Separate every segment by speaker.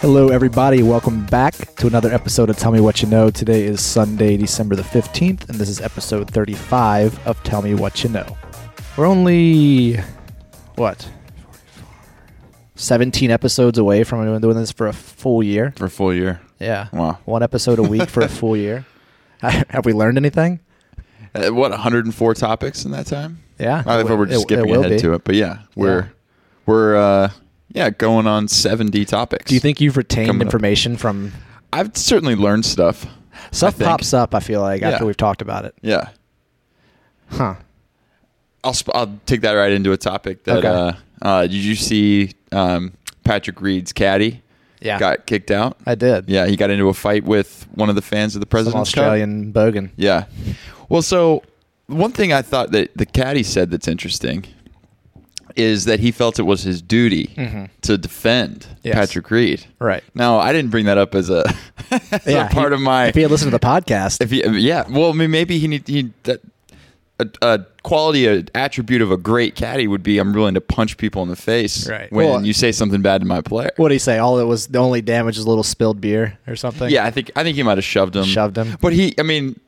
Speaker 1: Hello, everybody. Welcome back to another episode of Tell Me What You Know. Today is Sunday, December the 15th, and this is episode 35 of Tell Me What You Know. We're only, what, 17 episodes away from doing this for a full year.
Speaker 2: for a full year.
Speaker 1: Yeah.
Speaker 2: Wow.
Speaker 1: One episode a week for a full year. Have we learned anything?
Speaker 2: Uh, what 104 topics in that time?
Speaker 1: Yeah.
Speaker 2: I thought we were just
Speaker 1: It- it
Speaker 2: skipping
Speaker 1: will
Speaker 2: ahead
Speaker 1: be.
Speaker 2: to it, but yeah, we're
Speaker 1: Yeah.
Speaker 2: we're uh, yeah going on 70 topics.
Speaker 1: Do you think you've retained
Speaker 2: Coming up.
Speaker 1: information from
Speaker 2: I've certainly learned stuff?
Speaker 1: stuff
Speaker 2: think.
Speaker 1: pops up? I feel like after
Speaker 2: Yeah.
Speaker 1: we've talked about it,
Speaker 2: Yeah,
Speaker 1: huh?
Speaker 2: I'll sp- I'll take that right into a topic that
Speaker 1: Okay.
Speaker 2: uh, uh, did you see um, Patrick Reed's caddy
Speaker 1: Yeah,
Speaker 2: got kicked out?
Speaker 1: I did.
Speaker 2: Yeah, he got into a fight with one of the fans of the
Speaker 1: Some
Speaker 2: President's Cup.
Speaker 1: Australian bogan.
Speaker 2: Yeah. Well, so one thing I thought that the caddy said that's interesting is that he felt it was his duty
Speaker 1: Mhm.
Speaker 2: to defend
Speaker 1: Yes.
Speaker 2: Patrick Reed.
Speaker 1: Right.
Speaker 2: Now, I didn't bring that up as a, as a
Speaker 1: Yeah, he-
Speaker 2: part of my.
Speaker 1: If he had listened to the podcast,
Speaker 2: if he, yeah. Well, I mean, maybe he need he that a, a quality, a attribute of a great caddy would be I'm willing to punch people in the face
Speaker 1: Right.
Speaker 2: when
Speaker 1: Well-
Speaker 2: you say something bad to my player.
Speaker 1: what did he say? All it was the only damage was a little spilled beer or something.
Speaker 2: Yeah, I think I think he might have shoved him.
Speaker 1: Shoved him.
Speaker 2: But he, I mean,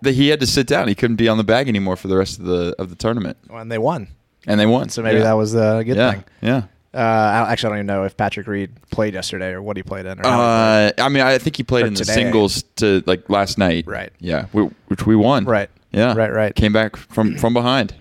Speaker 2: that he had to sit down. He couldn't be on the bag anymore for the rest of the of the tournament,
Speaker 1: when they won.
Speaker 2: and they won.
Speaker 1: So maybe that was a good
Speaker 2: yeah,
Speaker 1: thing.
Speaker 2: yeah.
Speaker 1: Uh, I don't, actually, I don't even know if Patrick Reed played yesterday or what he played in. Or how
Speaker 2: Uh, I mean, I think he played
Speaker 1: Or
Speaker 2: in the
Speaker 1: today.
Speaker 2: singles to like last night.
Speaker 1: Right.
Speaker 2: Yeah, we, which we won.
Speaker 1: Right.
Speaker 2: Yeah.
Speaker 1: Right, right.
Speaker 2: Came back from from behind.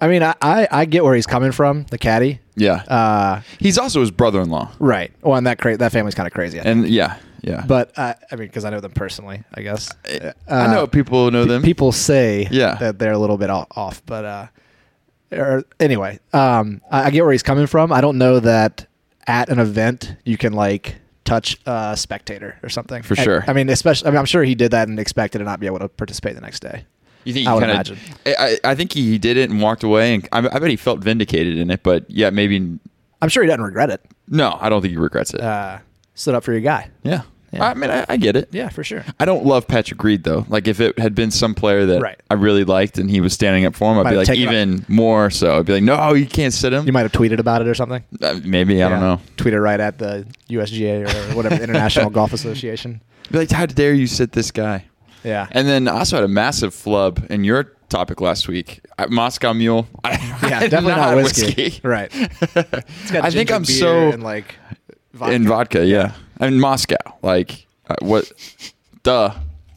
Speaker 1: I mean, I, I, I get where he's coming from, the caddy.
Speaker 2: Yeah.
Speaker 1: Uh,
Speaker 2: He's also his brother-in-law,
Speaker 1: right. Well, and that cra- that family's kind of crazy. I think.
Speaker 2: and yeah, yeah.
Speaker 1: but uh, I mean, because I know them personally, I guess.
Speaker 2: I-
Speaker 1: Uh,
Speaker 2: I know people know them.
Speaker 1: people say
Speaker 2: Yeah.
Speaker 1: that they're a little bit o- off, but uh, or, anyway, um, I, I get where he's coming from. I don't know that at an event you can like touch a spectator or something.
Speaker 2: For
Speaker 1: I-
Speaker 2: sure.
Speaker 1: I, mean, especially. I mean, I'm sure he did that and expected to not be able to participate the next day.
Speaker 2: You think
Speaker 1: I
Speaker 2: he
Speaker 1: would
Speaker 2: kinda,
Speaker 1: imagine.
Speaker 2: I, I I think he did it and walked away, and I, I bet he felt vindicated in it. But yeah, maybe
Speaker 1: I'm sure he doesn't regret it.
Speaker 2: no. I don't think he regrets it.
Speaker 1: Uh, stood up for your guy.
Speaker 2: yeah.
Speaker 1: yeah.
Speaker 2: I mean, I, I get it.
Speaker 1: Yeah, for sure.
Speaker 2: I don't love Patrick Reed though. Like if it had been some player that
Speaker 1: Right.
Speaker 2: I really liked and he was standing up for him, I'd
Speaker 1: Might
Speaker 2: be
Speaker 1: have
Speaker 2: like
Speaker 1: taken
Speaker 2: even more so. I'd be like, no, you can't sit him.
Speaker 1: You might have tweeted about it or something.
Speaker 2: Uh, maybe I don't know.
Speaker 1: Tweeted right at the USGA or whatever the International Golf Association.
Speaker 2: Be like, how dare you sit this guy?
Speaker 1: Yeah.
Speaker 2: And then I also had a massive flub in your topic last week, Uh, Moscow Mule. I,
Speaker 1: yeah,
Speaker 2: I did
Speaker 1: definitely not,
Speaker 2: have
Speaker 1: whiskey. Right.
Speaker 2: I think I'm so
Speaker 1: and like vodka.
Speaker 2: in vodka. Yeah, I mean Moscow. Like uh, what? Duh.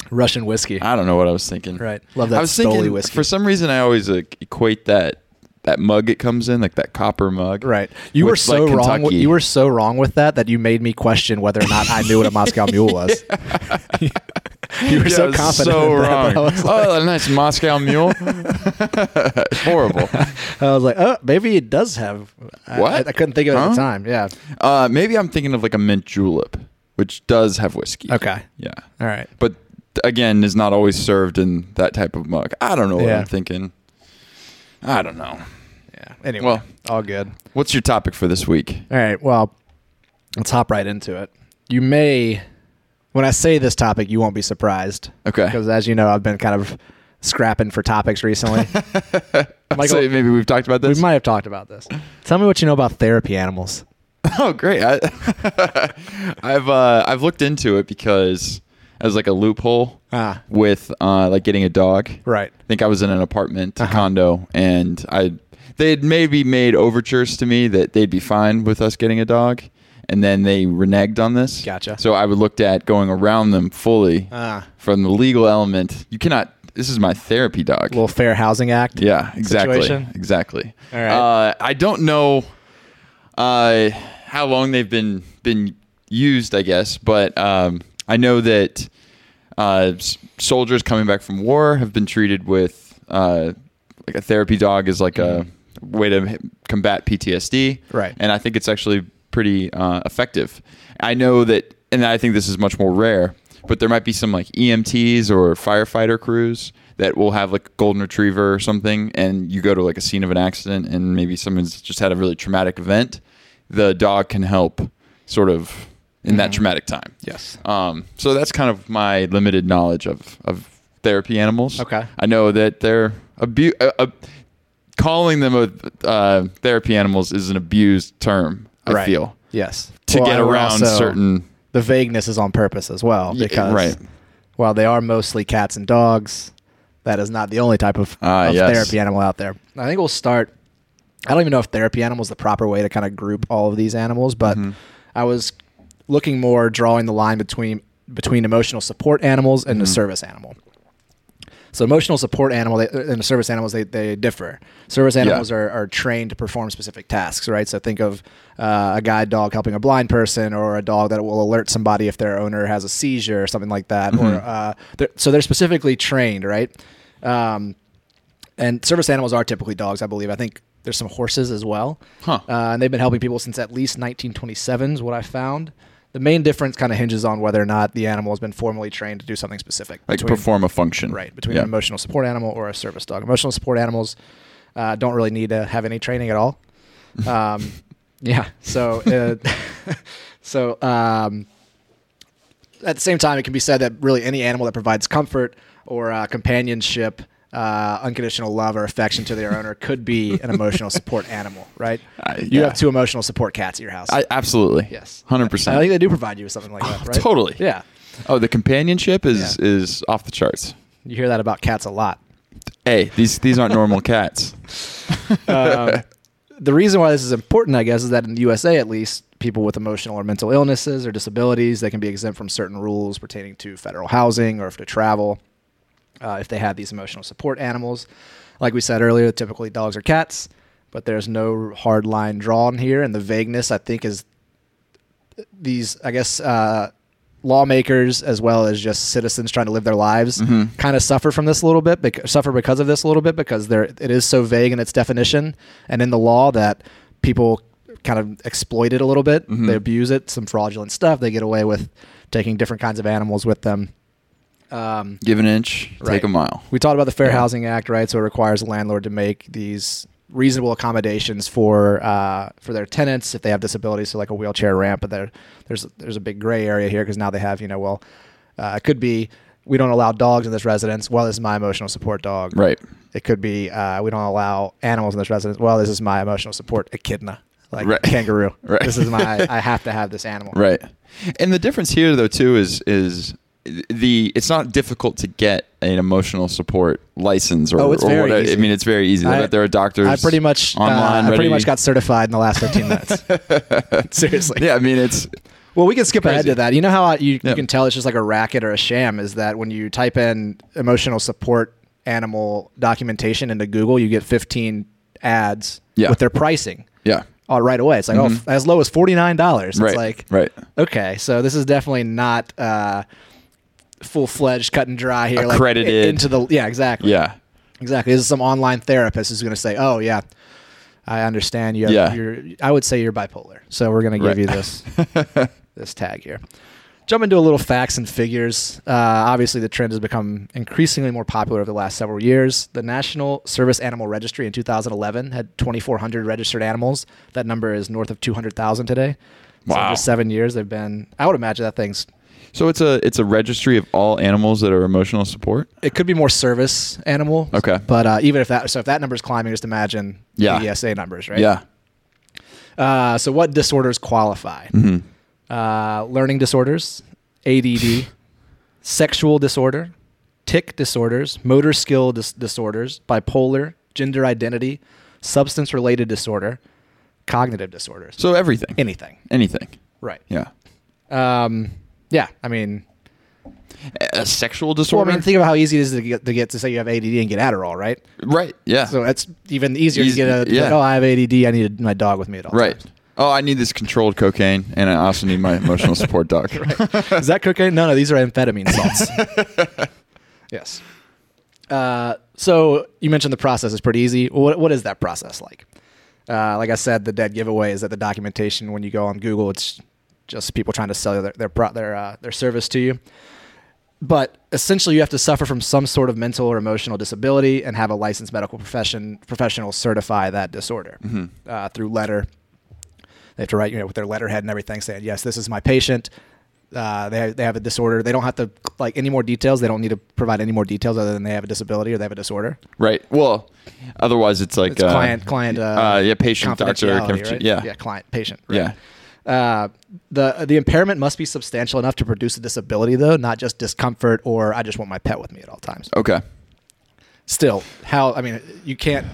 Speaker 1: Russian whiskey.
Speaker 2: I don't know what I was thinking.
Speaker 1: Right. Love that
Speaker 2: I was
Speaker 1: Stoli
Speaker 2: thinking
Speaker 1: whiskey.
Speaker 2: for some reason I always like, equate that that mug it comes in like that copper mug.
Speaker 1: right. You were
Speaker 2: with,
Speaker 1: so
Speaker 2: like,
Speaker 1: wrong. With,
Speaker 2: Kentucky.
Speaker 1: you were so wrong with that that you made me question whether or not I knew what a Moscow Mule was. you were
Speaker 2: Yeah, I
Speaker 1: so
Speaker 2: was
Speaker 1: confident.
Speaker 2: So
Speaker 1: in that, that
Speaker 2: wrong.
Speaker 1: I was, like,
Speaker 2: oh, a nice Moscow Mule. It's horrible.
Speaker 1: I was like, oh, maybe it does have. I-
Speaker 2: What?
Speaker 1: I, I couldn't think of it at the
Speaker 2: Huh?
Speaker 1: time. Yeah.
Speaker 2: Uh, maybe I'm thinking of like a mint julep, which does have whiskey.
Speaker 1: Okay.
Speaker 2: Yeah,
Speaker 1: All right.
Speaker 2: but again, is not always served in that type of mug. I don't know what
Speaker 1: Yeah.
Speaker 2: I'm thinking. I don't know.
Speaker 1: Yeah. Anyway,
Speaker 2: Well-
Speaker 1: all good.
Speaker 2: What's your topic for this week?
Speaker 1: All right. Well, let's hop right into it. You may, when I say this topic, you won't be surprised.
Speaker 2: Okay.
Speaker 1: Because as you know, I've been kind of scrapping for topics recently. Michael,
Speaker 2: so maybe we've talked about
Speaker 1: we
Speaker 2: this.
Speaker 1: might have talked about this. Tell me what you know about therapy animals.
Speaker 2: Oh, great! I, I've uh, I've looked into it because as like a loophole
Speaker 1: Ah,
Speaker 2: with uh, like getting a dog.
Speaker 1: right.
Speaker 2: I think I was in an apartment
Speaker 1: Uh-huh.
Speaker 2: condo, and I they had maybe made overtures to me that they'd be fine with us getting a dog, and then they reneged on this.
Speaker 1: Gotcha.
Speaker 2: So I would looked at going around them fully
Speaker 1: Ah,
Speaker 2: from the legal element. You cannot. This is my therapy dog.
Speaker 1: little Fair Housing Act.
Speaker 2: yeah, exactly,
Speaker 1: situation.
Speaker 2: exactly.
Speaker 1: All right.
Speaker 2: Uh, I don't know uh, how long they've been been used, I guess, but um, I know that uh, s- soldiers coming back from war have been treated with uh, like a therapy dog is like a way to h- combat PTSD,
Speaker 1: Mm-hmm. Right.
Speaker 2: And I think it's actually pretty uh, effective. I know that, and I think this is much more rare, but there might be some like EMTs or firefighter crews that will have like a golden retriever or something, and you go to like a scene of an accident, and maybe someone's just had a really traumatic event. The dog can help, sort of, in that traumatic time.
Speaker 1: Mm-hmm. Yes.
Speaker 2: Um, so that's kind of my limited knowledge of, of therapy animals.
Speaker 1: Okay.
Speaker 2: I know that they're abu- uh, uh, calling them a uh, therapy animals is an abused term. I
Speaker 1: Right.
Speaker 2: feel
Speaker 1: Yes.
Speaker 2: to
Speaker 1: Well,
Speaker 2: get
Speaker 1: I would
Speaker 2: around
Speaker 1: also-
Speaker 2: certain
Speaker 1: the vagueness is on purpose as well
Speaker 2: Yeah,
Speaker 1: because
Speaker 2: right.
Speaker 1: while they are mostly cats and dogs, that is not the only type of,
Speaker 2: Ah,
Speaker 1: of
Speaker 2: yes.
Speaker 1: therapy animal out there. I think we'll start. I don't even know if therapy animal is the proper way to kind of group all of these animals,
Speaker 2: Mm-hmm.
Speaker 1: but I was looking more drawing the line between between emotional support animals and the service animal. So emotional support animal they, and the service animals they, they differ. Service animals are, are trained to perform specific tasks, right? So think of uh, a guide dog helping a blind person, or a dog that will alert somebody if their owner has a seizure or something like that. Or uh, they're, so they're specifically trained, right? Um, and service animals are typically dogs, I believe. I think there's some horses as well.
Speaker 2: Huh.
Speaker 1: Uh, and they've been helping people since at least 1927 is what I found. The main difference kind of hinges on whether or not the animal has been formally trained to do something specific.
Speaker 2: Like
Speaker 1: between-
Speaker 2: perform a function.
Speaker 1: Right, between
Speaker 2: Mm. yeah.
Speaker 1: an emotional support animal or a service dog. Emotional support animals uh, don't really need to have any training at all. Um, yeah, so uh, so um, at the same time, it can be said that really any animal that provides comfort or uh, companionship, uh, unconditional love or affection to their owner could be an emotional support animal. Right?
Speaker 2: I-
Speaker 1: You
Speaker 2: Uh, yeah.
Speaker 1: have two emotional support cats at your house.
Speaker 2: I, absolutely.
Speaker 1: Yes.
Speaker 2: Hundred
Speaker 1: I think
Speaker 2: percent.
Speaker 1: they do provide you with something like that, right?
Speaker 2: Totally.
Speaker 1: Yeah,
Speaker 2: Oh, the companionship is
Speaker 1: Yeah.
Speaker 2: is off the charts.
Speaker 1: you hear that about cats a lot.
Speaker 2: Hey, these these aren't normal cats.
Speaker 1: um, the reason why this is important, I guess, is that in the USA at least, people with emotional or mental illnesses or disabilities, they can be exempt from certain rules pertaining to federal housing or if to travel, uh, if they have these emotional support animals. Like we said earlier, typically dogs or cats, but there's no hard line drawn here, and the vagueness I think is these, I guess. Uh, Lawmakers, as well as just citizens trying to live their lives, kind of suffer from this a little bit, bec- suffer because of this a little bit because there it is so vague in its definition and in the law that people kind of exploit it a little bit. They abuse it, some fraudulent stuff. They get away with taking different kinds of animals with them. Um,
Speaker 2: Give an inch,
Speaker 1: Right.
Speaker 2: take a mile.
Speaker 1: we talked about the Fair
Speaker 2: Yeah.
Speaker 1: Housing Act, right? So it requires a landlord to make these reasonable accommodations for uh, for their tenants if they have disabilities, so like a wheelchair ramp. But there, there's there's a big gray area here because now they have, you know, well, uh, it could be we don't allow dogs in this residence. Well, this is my emotional support dog.
Speaker 2: Right.
Speaker 1: It could be uh, we don't allow animals in this residence. Well, this is my emotional support echidna, like
Speaker 2: Right.
Speaker 1: kangaroo.
Speaker 2: Right.
Speaker 1: This is my I have to have this animal.
Speaker 2: Right. And the difference here though too is is the it's not difficult to get an emotional support license or,
Speaker 1: Oh, it's
Speaker 2: or
Speaker 1: very
Speaker 2: what- I
Speaker 1: easy.
Speaker 2: mean it's very easy.
Speaker 1: I-
Speaker 2: there are doctors
Speaker 1: I pretty much uh,
Speaker 2: online
Speaker 1: I pretty
Speaker 2: ready-
Speaker 1: much got certified in the last 15 minutes. Seriously.
Speaker 2: Yeah, I mean it's
Speaker 1: Well, we can skip ahead
Speaker 2: Crazy.
Speaker 1: to that. You know how I, you,
Speaker 2: Yeah.
Speaker 1: you can tell it's just like a racket or a sham is that when you type in emotional support animal documentation into Google, you get 15 ads
Speaker 2: Yeah.
Speaker 1: with their pricing
Speaker 2: yeah.
Speaker 1: uh, right away. It's like, oh, f- as low as $49. It's
Speaker 2: Right.
Speaker 1: like,
Speaker 2: right.
Speaker 1: okay, so this is definitely not uh, full fledged, cut and dry here. like,
Speaker 2: Accredited.
Speaker 1: i- into the, yeah, exactly.
Speaker 2: Yeah.
Speaker 1: Exactly. This is some online therapist who's going to say, "Oh yeah, I understand you. Have,
Speaker 2: Yeah.
Speaker 1: You're, I would say you're bipolar, so we're going to give
Speaker 2: Right.
Speaker 1: you this this tag here." Jump into a little facts and figures. Uh, obviously, the trend has become increasingly more popular over the last several years. The National Service Animal Registry in 2011 had 2,400 registered animals. That number is north of 200,000 today. So
Speaker 2: Wow.
Speaker 1: in just seven years, they've been. I would imagine that thing's
Speaker 2: So it's a it's a registry of all animals that are emotional support.
Speaker 1: it could be more service animal.
Speaker 2: Okay.
Speaker 1: But uh, even if that, so if that number's climbing, just imagine
Speaker 2: Yeah.
Speaker 1: the ESA numbers, right?
Speaker 2: Yeah.
Speaker 1: Uh, so what disorders qualify?
Speaker 2: Mm-hmm.
Speaker 1: Uh, learning disorders, ADD, sexual disorder, tic disorders, motor skill dis- disorders, bipolar, gender identity, substance related disorder, cognitive disorders,
Speaker 2: So everything.
Speaker 1: anything.
Speaker 2: Anything.
Speaker 1: Right.
Speaker 2: Yeah.
Speaker 1: Um, yeah. I mean,
Speaker 2: A a sexual
Speaker 1: well,
Speaker 2: disorder.
Speaker 1: I mean, think about how easy it is to get, to get to say you have ADD and get Adderall, right?
Speaker 2: right. Yeah.
Speaker 1: So that's even easier
Speaker 2: Easy-
Speaker 1: to get a,
Speaker 2: yeah.
Speaker 1: like, oh, I have ADD. I need my dog with me at all
Speaker 2: right.
Speaker 1: times.
Speaker 2: Oh, I need this controlled cocaine, and I also need my emotional support doc.
Speaker 1: Is that cocaine? No, no, these are amphetamine salts. yes. Uh, so you mentioned the process is pretty easy. What, what is that process like? Uh, like I said, the dead giveaway is that the documentation when you go on Google, it's just people trying to sell their their pro- their, uh, their service to you. But essentially, you have to suffer from some sort of mental or emotional disability and have a licensed medical profession professional certify that disorder
Speaker 2: Mm-hmm.
Speaker 1: uh, through letter they have to write, you know, with their letterhead and everything, saying, "Yes, this is my patient." Uh, they have, they have a disorder. They don't have to like any more details. They don't need to provide any more details other than they have a disability or they have a disorder.
Speaker 2: Right. Well, otherwise it's like
Speaker 1: It's client client. Uh,
Speaker 2: uh, yeah, patient, doctor,
Speaker 1: confidentiality,
Speaker 2: conf-
Speaker 1: right?
Speaker 2: yeah.
Speaker 1: yeah, client patient.
Speaker 2: Yeah.
Speaker 1: Uh, the the impairment must be substantial enough to produce a disability, though, not just discomfort or I just want my pet with me at all times.
Speaker 2: Okay.
Speaker 1: Still, how I mean, you can't.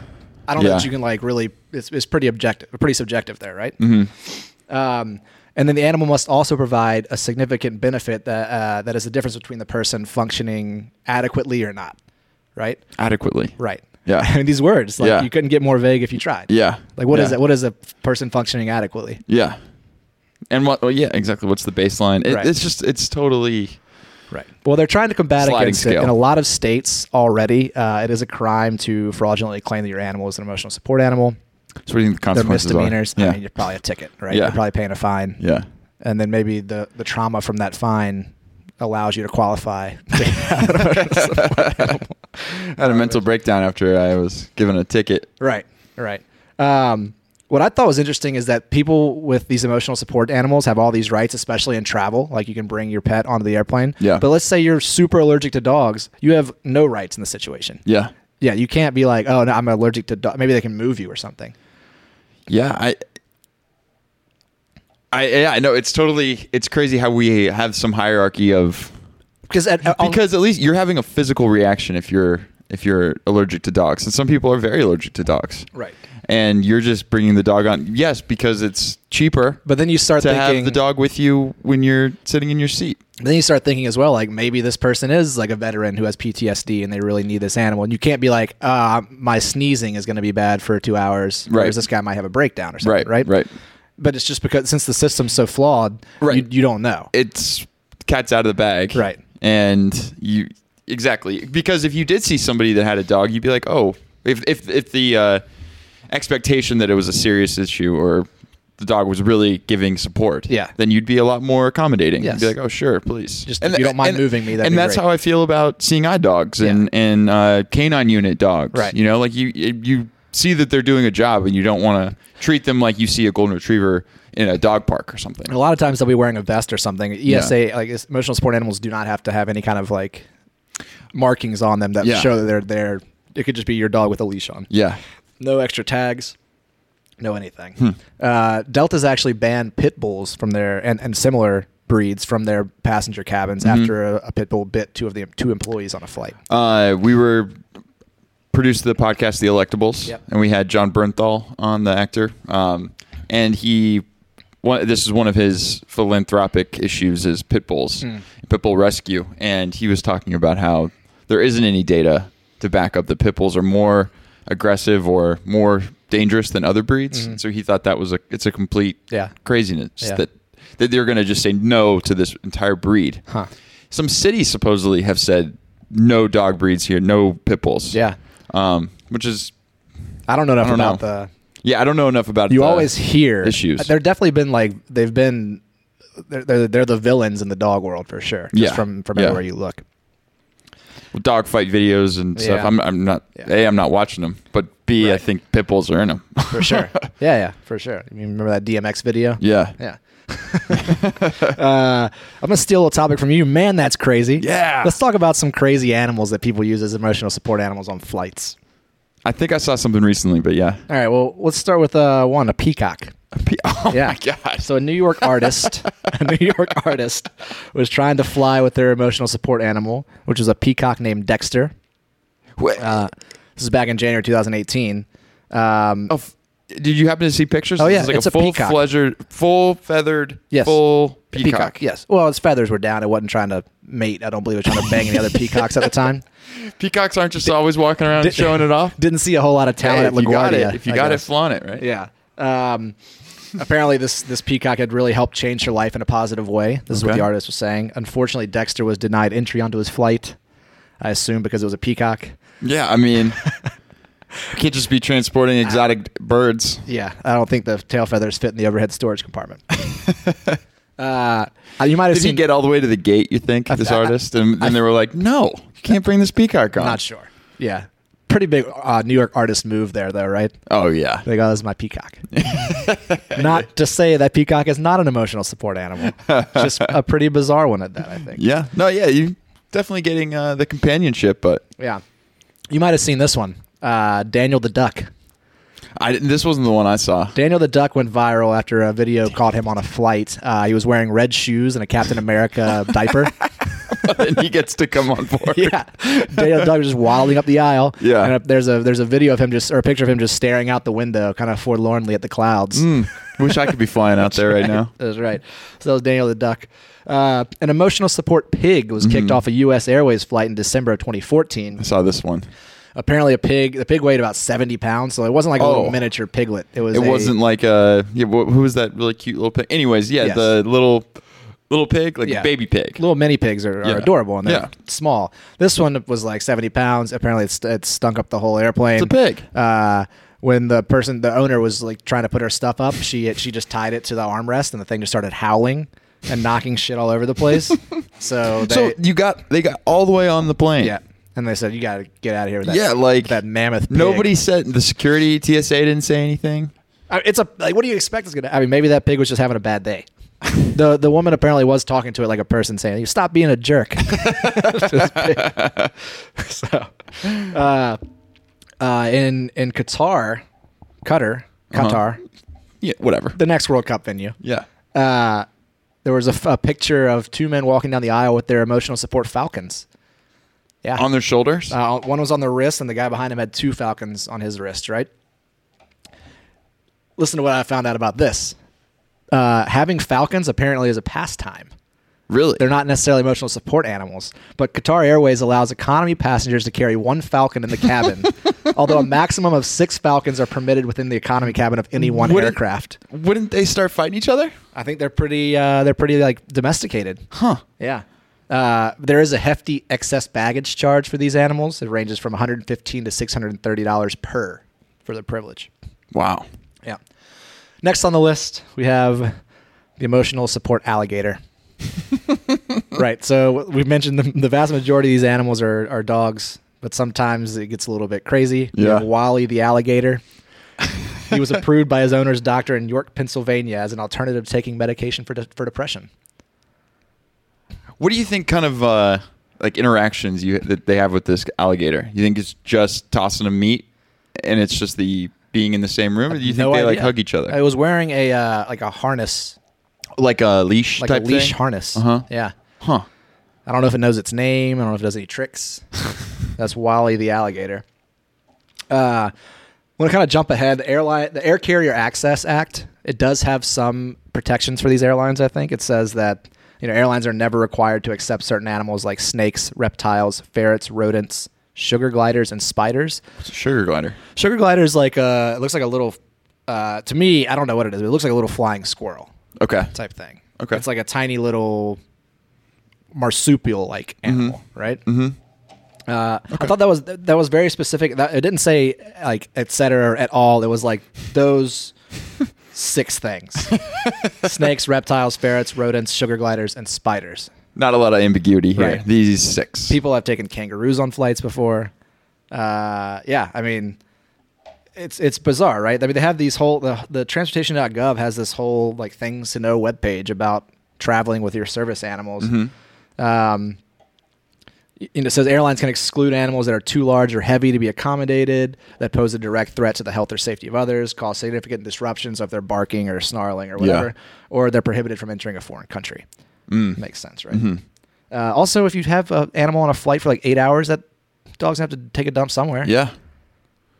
Speaker 1: I don't know that
Speaker 2: Yeah.
Speaker 1: you can like really. It's, it's pretty objective, pretty subjective there, right?
Speaker 2: Mm-hmm.
Speaker 1: Um, and then the animal must also provide a significant benefit that uh, that is the difference between the person functioning adequately or not, right?
Speaker 2: Adequately.
Speaker 1: Right.
Speaker 2: Yeah.
Speaker 1: I mean, these words, like
Speaker 2: Yeah.
Speaker 1: you couldn't get more vague if you tried.
Speaker 2: Yeah.
Speaker 1: Like what is
Speaker 2: Yeah.
Speaker 1: it? What is a person functioning adequately?
Speaker 2: Yeah. And what? Well, yeah, exactly. What's the baseline? It,
Speaker 1: Right.
Speaker 2: It's just it's totally
Speaker 1: Right. Well, they're trying to combat
Speaker 2: Sliding
Speaker 1: against it
Speaker 2: scale.
Speaker 1: in a lot of states already. Uh, it is a crime to fraudulently claim that your animal is an emotional support animal.
Speaker 2: So what do you think the
Speaker 1: They're
Speaker 2: consequences
Speaker 1: misdemeanors.
Speaker 2: are?
Speaker 1: I mean, you're probably a ticket, right?
Speaker 2: Yeah.
Speaker 1: You're probably paying a fine.
Speaker 2: yeah.
Speaker 1: And then maybe the, the trauma from that fine allows you to qualify. to have an emotional support animal.
Speaker 2: I had a mental breakdown after I was given a ticket.
Speaker 1: Right. Right. Um, what I thought was interesting is that people with these emotional support animals have all these rights, especially in travel. Like you can bring your pet onto the airplane.
Speaker 2: Yeah.
Speaker 1: But let's say you're super allergic to dogs. You have no rights in the situation.
Speaker 2: Yeah.
Speaker 1: Yeah, you can't be like, oh no, I'm allergic to. Do-. Maybe they can move you or something.
Speaker 2: Yeah, I I yeah, I know it's totally it's crazy how we have some hierarchy of
Speaker 1: Because at, at-
Speaker 2: because at least you're having a physical reaction if you're if you're allergic to dogs. And some people are very allergic to dogs.
Speaker 1: Right.
Speaker 2: And you're just bringing the dog on. Yes, because it's cheaper.
Speaker 1: but then you start
Speaker 2: to
Speaker 1: thinking.
Speaker 2: have the dog with you when you're sitting in your seat.
Speaker 1: Then you start thinking as well, like maybe this person is like a veteran who has PTSD and they really need this animal, and you can't be like, uh, my sneezing is going to be bad for two hours,
Speaker 2: Right.
Speaker 1: Whereas this guy might have a breakdown or something, right?
Speaker 2: Right. Right.
Speaker 1: But it's just because since the system's so flawed,
Speaker 2: Right.
Speaker 1: You, you don't know.
Speaker 2: it's cat's out of the bag.
Speaker 1: Right.
Speaker 2: And you exactly because if you did see somebody that had a dog, you'd be like, oh, if if if the uh, expectation that it was a serious issue or the dog was really giving support,
Speaker 1: Yeah.
Speaker 2: then you'd be a lot more accommodating.
Speaker 1: Yes.
Speaker 2: You'd be like, oh, sure, please,
Speaker 1: Just if you don't mind moving me, that'd
Speaker 2: and
Speaker 1: be
Speaker 2: that's
Speaker 1: great.
Speaker 2: how I feel about seeing eye dogs and and uh, canine unit dogs.
Speaker 1: Right.
Speaker 2: You know, like you you see that they're doing a job, and you don't want to treat them like you see a golden retriever in a dog park or something.
Speaker 1: And a lot of times they'll be wearing a vest or something. ESA, like is- emotional support animals, do not have to have any kind of like markings on them that
Speaker 2: Yeah.
Speaker 1: show that they're there. It could just be your dog with a leash on.
Speaker 2: Yeah.
Speaker 1: no extra tags, no anything.
Speaker 2: Hmm.
Speaker 1: Uh, Delta's actually banned pit bulls from their and, and similar breeds from their passenger cabins
Speaker 2: Mm-hmm.
Speaker 1: after a, a pit bull bit two of the two employees on a flight.
Speaker 2: Uh, we were produced the podcast The Electables,
Speaker 1: Yep.
Speaker 2: and we had John Bernthal on the actor, um, and he. One, this is one of his philanthropic issues is pit bulls,
Speaker 1: Hmm.
Speaker 2: pit bull rescue, and he was talking about how there isn't any data to back up that pit bulls are more aggressive or more dangerous than other breeds. So he thought that was a it's a complete
Speaker 1: Mm-hmm. Yeah.
Speaker 2: craziness
Speaker 1: Yeah.
Speaker 2: that that they're going to just say no to this entire breed.
Speaker 1: Huh.
Speaker 2: Some cities supposedly have said no dog breeds here, no pit bulls.
Speaker 1: Yeah,
Speaker 2: Um, which is
Speaker 1: I don't know enough
Speaker 2: I don't
Speaker 1: about
Speaker 2: know.
Speaker 1: the.
Speaker 2: yeah, I don't know enough about.
Speaker 1: You
Speaker 2: the-
Speaker 1: always hear
Speaker 2: issues.
Speaker 1: There definitely been like they've been. They're, they're, they're the villains in the dog world for sure. Just
Speaker 2: Yeah.
Speaker 1: from from
Speaker 2: Yeah.
Speaker 1: everywhere you look.
Speaker 2: dog fight videos and stuff.
Speaker 1: Yeah.
Speaker 2: I'm, I'm not
Speaker 1: Yeah.
Speaker 2: a I'm not watching them, but B I
Speaker 1: Right.
Speaker 2: think pit bulls are in them.
Speaker 1: For sure. yeah, yeah, for sure. You remember that DMX video?
Speaker 2: yeah.
Speaker 1: Yeah. uh, I'm gonna steal a topic from you, man. That's crazy.
Speaker 2: Yeah.
Speaker 1: Let's talk about some crazy animals that people use as emotional support animals on flights.
Speaker 2: I think I saw something recently, but yeah.
Speaker 1: All right. Well, let's start with uh, one, a peacock.
Speaker 2: P- oh
Speaker 1: Yeah.
Speaker 2: my gosh.
Speaker 1: So a New York artist, a New York artist, was trying to fly with their emotional support animal, which was a peacock named Dexter.
Speaker 2: Wait,
Speaker 1: Uh, this is back in January 2018. Um,
Speaker 2: oh, f- did you happen to see pictures?
Speaker 1: Oh,
Speaker 2: This
Speaker 1: yeah,
Speaker 2: is like
Speaker 1: it's a
Speaker 2: a full
Speaker 1: peacock.
Speaker 2: fledged, full feathered,
Speaker 1: Yes.
Speaker 2: full peacock.
Speaker 1: Yes. Well, its feathers were down. It wasn't trying to mate. I don't believe it was trying to bang any other peacocks at the time.
Speaker 2: Peacocks aren't just always walking around
Speaker 1: did-
Speaker 2: showing it off.
Speaker 1: Didn't see a whole lot of talent
Speaker 2: Hey,
Speaker 1: at
Speaker 2: if
Speaker 1: LaGuardia.
Speaker 2: you got it, if you
Speaker 1: I
Speaker 2: got
Speaker 1: guess.
Speaker 2: it, flaunt it, right?
Speaker 1: Yeah. Um, apparently, this this peacock had really helped change her life in a positive way. This is what
Speaker 2: Okay.
Speaker 1: the artist was saying. Unfortunately, Dexter was denied entry onto his flight. I assume because it was a peacock.
Speaker 2: Yeah, I mean, you can't just be transporting exotic birds.
Speaker 1: Yeah, I don't think the tail feathers fit in the overhead storage compartment. uh, you might have
Speaker 2: Did
Speaker 1: seen.
Speaker 2: he get all the way to the gate? You think this
Speaker 1: I- I-
Speaker 2: artist? And then they were like, "No, you can't bring this peacock on."
Speaker 1: I'm not sure. Yeah, pretty big uh, New York artist move there, though, right?
Speaker 2: Oh yeah,
Speaker 1: Like, oh, this is my peacock. not to say that peacock is not an emotional support animal. Just a pretty bizarre one at that, I think.
Speaker 2: yeah. No, yeah. You definitely getting uh, the companionship, but
Speaker 1: Yeah. You might have seen this one. Uh, Daniel the Duck.
Speaker 2: I didn't, this wasn't the one I saw.
Speaker 1: Daniel the Duck went viral after a video caught him on a flight. Uh, he was wearing red shoes and a Captain America diaper.
Speaker 2: and he gets to come on board.
Speaker 1: yeah, Daniel the Duck was just waddling up the aisle.
Speaker 2: Yeah.
Speaker 1: and there's a there's a video of him just or a picture of him just staring out the window, kind of forlornly at the clouds.
Speaker 2: Hmm. Wish I could be flying out there right now.
Speaker 1: That's right. So that was Daniel the Duck. Uh, an emotional support pig was
Speaker 2: Mm-hmm.
Speaker 1: kicked off a U.S. Airways flight in December of 2014.
Speaker 2: I saw this one.
Speaker 1: Apparently, a pig. The pig weighed about 70 pounds, so it wasn't like a
Speaker 2: Oh.
Speaker 1: little miniature piglet. It was.
Speaker 2: It
Speaker 1: a-
Speaker 2: wasn't like uh yeah, wh- who was that really cute little pig? Anyways, yeah,
Speaker 1: Yes.
Speaker 2: the little little pig, like
Speaker 1: Yeah.
Speaker 2: a baby pig.
Speaker 1: Little mini pigs are, are
Speaker 2: Yeah.
Speaker 1: adorable and they're
Speaker 2: Yeah.
Speaker 1: small. This one was like 70 pounds. Apparently, it's, it stunk up the whole airplane.
Speaker 2: It's a pig.
Speaker 1: Uh, when the person, the owner, was like trying to put her stuff up, she she just tied it to the armrest, and the thing just started howling and knocking shit all over the place. so they,
Speaker 2: so you got they got all the way on the plane.
Speaker 1: yeah, and they said you got to get out of here with that.
Speaker 2: Yeah, like-
Speaker 1: that mammoth. Pig.
Speaker 2: Nobody said the security TSA didn't say anything.
Speaker 1: I- Uh, it's a like. What do you expect is gonna? I mean, maybe that pig was just having a bad day. the The woman apparently was talking to it like a person, saying, "Stop being a jerk." This pig. so, uh, uh, in in Qatar, Qatar, Qatar,
Speaker 2: Yeah, whatever.
Speaker 1: the next World Cup venue,
Speaker 2: Yeah.
Speaker 1: uh, there was a, f- a picture of two men walking down the aisle with their emotional support falcons. Yeah,
Speaker 2: On their shoulders.
Speaker 1: uh, one was on the wrist, and the guy behind him had two falcons on his wrist, right? Listen to what I found out about this. Uh, having falcons apparently is a pastime.
Speaker 2: really?
Speaker 1: They're not necessarily emotional support animals, but Qatar Airways allows economy passengers to carry one falcon in the cabin, although a maximum of six falcons are permitted within the economy cabin of any one
Speaker 2: Wouldn't-
Speaker 1: aircraft.
Speaker 2: Wouldn't they start fighting each other?
Speaker 1: I think they're pretty. Uh, they're pretty like domesticated.
Speaker 2: Huh.
Speaker 1: Yeah. Uh, there is a hefty excess baggage charge for these animals. It ranges from 115 to 630 dollars per for the privilege.
Speaker 2: Wow.
Speaker 1: Yeah. Next on the list, we have the emotional support alligator. right. So we've mentioned the, the vast majority of these animals are, are dogs, but sometimes it gets a little bit crazy. We
Speaker 2: Yeah.
Speaker 1: have Wally the alligator. he was approved by his owner's doctor in York, Pennsylvania, as an alternative to taking medication for de- for depression.
Speaker 2: What do you think kind of uh like interactions you that they have with this alligator? You think it's just tossing him meat and it's just the being in the same room or do you think
Speaker 1: No
Speaker 2: they like
Speaker 1: idea.
Speaker 2: hug each other?
Speaker 1: I was wearing a uh, like a harness,
Speaker 2: like a leash
Speaker 1: like
Speaker 2: type
Speaker 1: a leash
Speaker 2: thing?
Speaker 1: harness.
Speaker 2: Uh-huh.
Speaker 1: Yeah.
Speaker 2: Huh.
Speaker 1: I don't know if it knows its name. I don't know if it does any tricks. That's Wally the alligator. Uh, want to kind of jump ahead. The airline, the Air Carrier Access Act, it does have some protections for these airlines. I think it says that you know airlines are never required to accept certain animals like snakes, reptiles, ferrets, rodents, sugar gliders, and spiders.
Speaker 2: It's a sugar glider.
Speaker 1: Sugar glider is like a, it looks like a little. Uh, to me, I don't know what it is. But it looks like a little flying squirrel
Speaker 2: Okay.
Speaker 1: type thing.
Speaker 2: Okay.
Speaker 1: It's like a tiny little marsupial like animal, right? Mm-hmm. Uh, I thought that was that was very specific. That, it didn't say like et cetera at all. It was like those six things: snakes, reptiles, ferrets, rodents, sugar gliders, and spiders.
Speaker 2: Not a lot of ambiguity here.
Speaker 1: Right.
Speaker 2: These six.
Speaker 1: People have taken kangaroos on flights before. Uh, yeah, I mean, it's it's bizarre, right? I mean, they have these whole the, the transportation.gov has this whole like things to know webpage about traveling with your service animals. Um, y- and it says airlines can exclude animals that are too large or heavy to be accommodated, that pose a direct threat to the health or safety of others, cause significant disruptions if they're barking or snarling or whatever, or they're prohibited from entering a foreign country.
Speaker 2: Mm-hmm.
Speaker 1: Makes sense, right? Uh, also, if you have an animal on a flight for like eight hours, that dog's gonna have to take a dump somewhere.
Speaker 2: Yeah.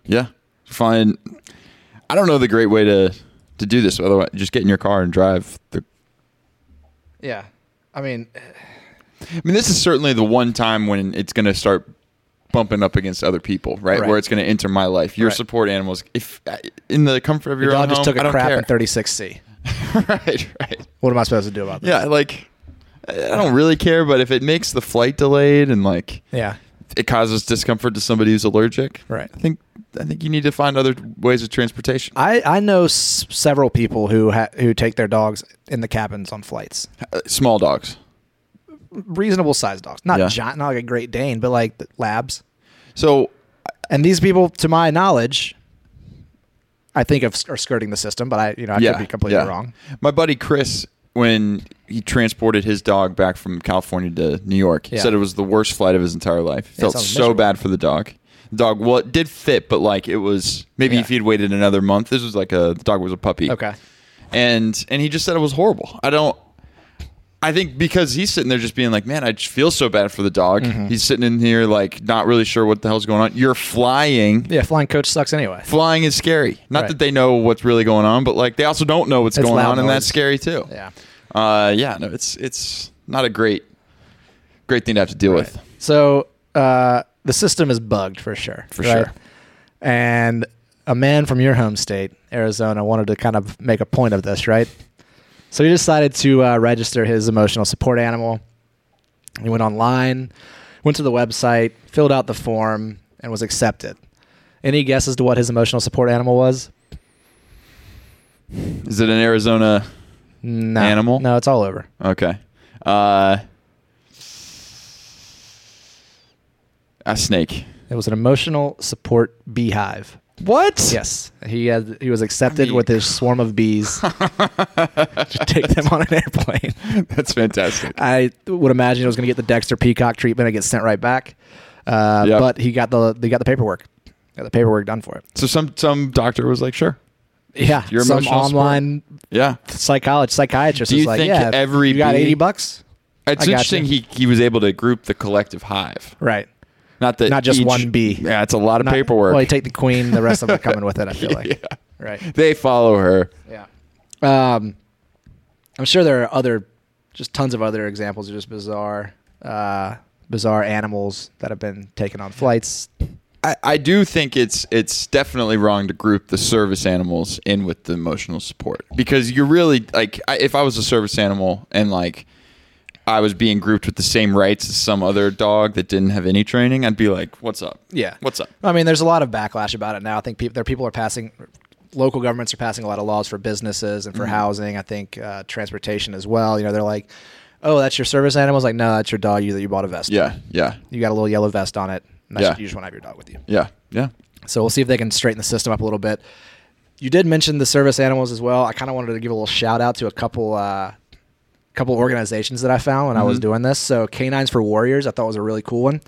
Speaker 2: Yeah. Find. I don't know the great way to to do this. Otherwise, just get in your car and drive. The,
Speaker 1: Yeah. I mean,
Speaker 2: I mean, this is certainly the one time when it's going to start bumping up against other people, right?
Speaker 1: Right.
Speaker 2: Where it's going to enter my life. Your
Speaker 1: Right.
Speaker 2: support animals, if in the comfort of your
Speaker 1: your dog
Speaker 2: own
Speaker 1: just
Speaker 2: home,
Speaker 1: took
Speaker 2: I
Speaker 1: a
Speaker 2: don't
Speaker 1: crap
Speaker 2: care.
Speaker 1: in 36C.
Speaker 2: right. Right.
Speaker 1: What am I supposed to do about that?
Speaker 2: Yeah. Like, I I don't really care, but if it makes the flight delayed and like
Speaker 1: Yeah.
Speaker 2: it causes discomfort to somebody who's allergic,
Speaker 1: Right.
Speaker 2: I think I think you need to find other ways of transportation.
Speaker 1: I, I know s- several people who ha- who take their dogs in the cabins on flights.
Speaker 2: Uh, small dogs.
Speaker 1: Reasonable sized dogs, not
Speaker 2: Yeah.
Speaker 1: giant, not like a Great Dane, but like the labs.
Speaker 2: So
Speaker 1: And these people, to my knowledge, I think of, are skirting the system, but I you know I could be completely
Speaker 2: yeah.
Speaker 1: wrong.
Speaker 2: My buddy Chris, when he transported his dog back from California to New York, he
Speaker 1: Yeah.
Speaker 2: said it was the worst flight of his entire life.
Speaker 1: Yeah, it
Speaker 2: Felt
Speaker 1: sounds
Speaker 2: so
Speaker 1: miserable.
Speaker 2: bad for the dog. dog. Well, it did fit, but like it was maybe
Speaker 1: Yeah.
Speaker 2: if he'd waited another month, this was like a the dog was a puppy.
Speaker 1: Okay.
Speaker 2: and and he just said it was horrible. I don't. I think because he's sitting there just being like, man, I just feel so bad for the dog.
Speaker 1: Mm-hmm.
Speaker 2: He's sitting in here like not really sure what the hell's going on. You're flying.
Speaker 1: Yeah, flying coach sucks anyway.
Speaker 2: Flying is scary. Not
Speaker 1: Right.
Speaker 2: that they know what's really going on, but like they also don't know what's
Speaker 1: It's
Speaker 2: going
Speaker 1: loud
Speaker 2: on, and
Speaker 1: noise.
Speaker 2: that's scary too.
Speaker 1: Yeah.
Speaker 2: Uh, yeah, no, it's it's not a great great thing to have to deal with.
Speaker 1: So uh, the system is bugged for sure.
Speaker 2: For sure.
Speaker 1: And a man from your home state, Arizona, wanted to kind of make a point of this, right? So he decided to uh, register his emotional support animal. He went online, went to the website, filled out the form, and was accepted. Any guess as to what his emotional support animal was?
Speaker 2: Is it an Arizona?
Speaker 1: No.
Speaker 2: Animal?
Speaker 1: No, it's all over.
Speaker 2: Okay. Uh, a snake.
Speaker 1: It was an emotional support beehive.
Speaker 2: What?
Speaker 1: Yes, he had, he was accepted
Speaker 2: I mean-
Speaker 1: with his swarm of bees to take them on an airplane.
Speaker 2: That's fantastic.
Speaker 1: I would imagine it was going to get the Dexter Peacock treatment and get sent right back. Uh,
Speaker 2: Yep.
Speaker 1: But he got the they got the paperwork, got the paperwork done for it.
Speaker 2: So some some doctor was like, sure.
Speaker 1: Yeah,
Speaker 2: Your
Speaker 1: some
Speaker 2: emotional support.
Speaker 1: online
Speaker 2: Yeah.
Speaker 1: psychologist psychiatrist
Speaker 2: Do
Speaker 1: was
Speaker 2: you
Speaker 1: like,
Speaker 2: think
Speaker 1: yeah,
Speaker 2: every
Speaker 1: you got
Speaker 2: bee-
Speaker 1: eighty bucks,
Speaker 2: It's
Speaker 1: I gotcha.
Speaker 2: interesting he, he was able to group the collective hive.
Speaker 1: right?
Speaker 2: Not that
Speaker 1: Not just
Speaker 2: each-
Speaker 1: one bee.
Speaker 2: Yeah, it's a lot of
Speaker 1: Not-
Speaker 2: paperwork.
Speaker 1: Well, you take the queen, the rest of them are coming with it. I feel like,
Speaker 2: Yeah.
Speaker 1: right?
Speaker 2: They follow her.
Speaker 1: Yeah. Um, I'm sure there are other, just tons of other examples of just bizarre, uh, bizarre animals that have been taken on flights.
Speaker 2: I, I do think it's it's definitely wrong to group the service animals in with the emotional support because you're really like I, if I was a service animal and like I was being grouped with the same rights as some other dog that didn't have any training, I'd be like, "What's up?
Speaker 1: Yeah.
Speaker 2: what's up?"
Speaker 1: I mean, there's a lot of backlash about it now. I think people, there people are passing, local governments are passing a lot of laws for businesses and for
Speaker 2: Mm-hmm.
Speaker 1: housing. I think uh, transportation as well. You know, they're like, oh, that's your service animals. Like, no, that's your dog. You that you bought a vest. on.
Speaker 2: Yeah, yeah,
Speaker 1: You got a little yellow vest on it. And that's-
Speaker 2: Yeah.
Speaker 1: You just want to have your dog with you.
Speaker 2: yeah, yeah.
Speaker 1: So we'll see if they can straighten the system up a little bit. You did mention the service animals as well. I kind of wanted to give a little shout out to a couple, uh, couple organizations that I found when I was doing this. So Canines for Warriors, I thought was a really cool one.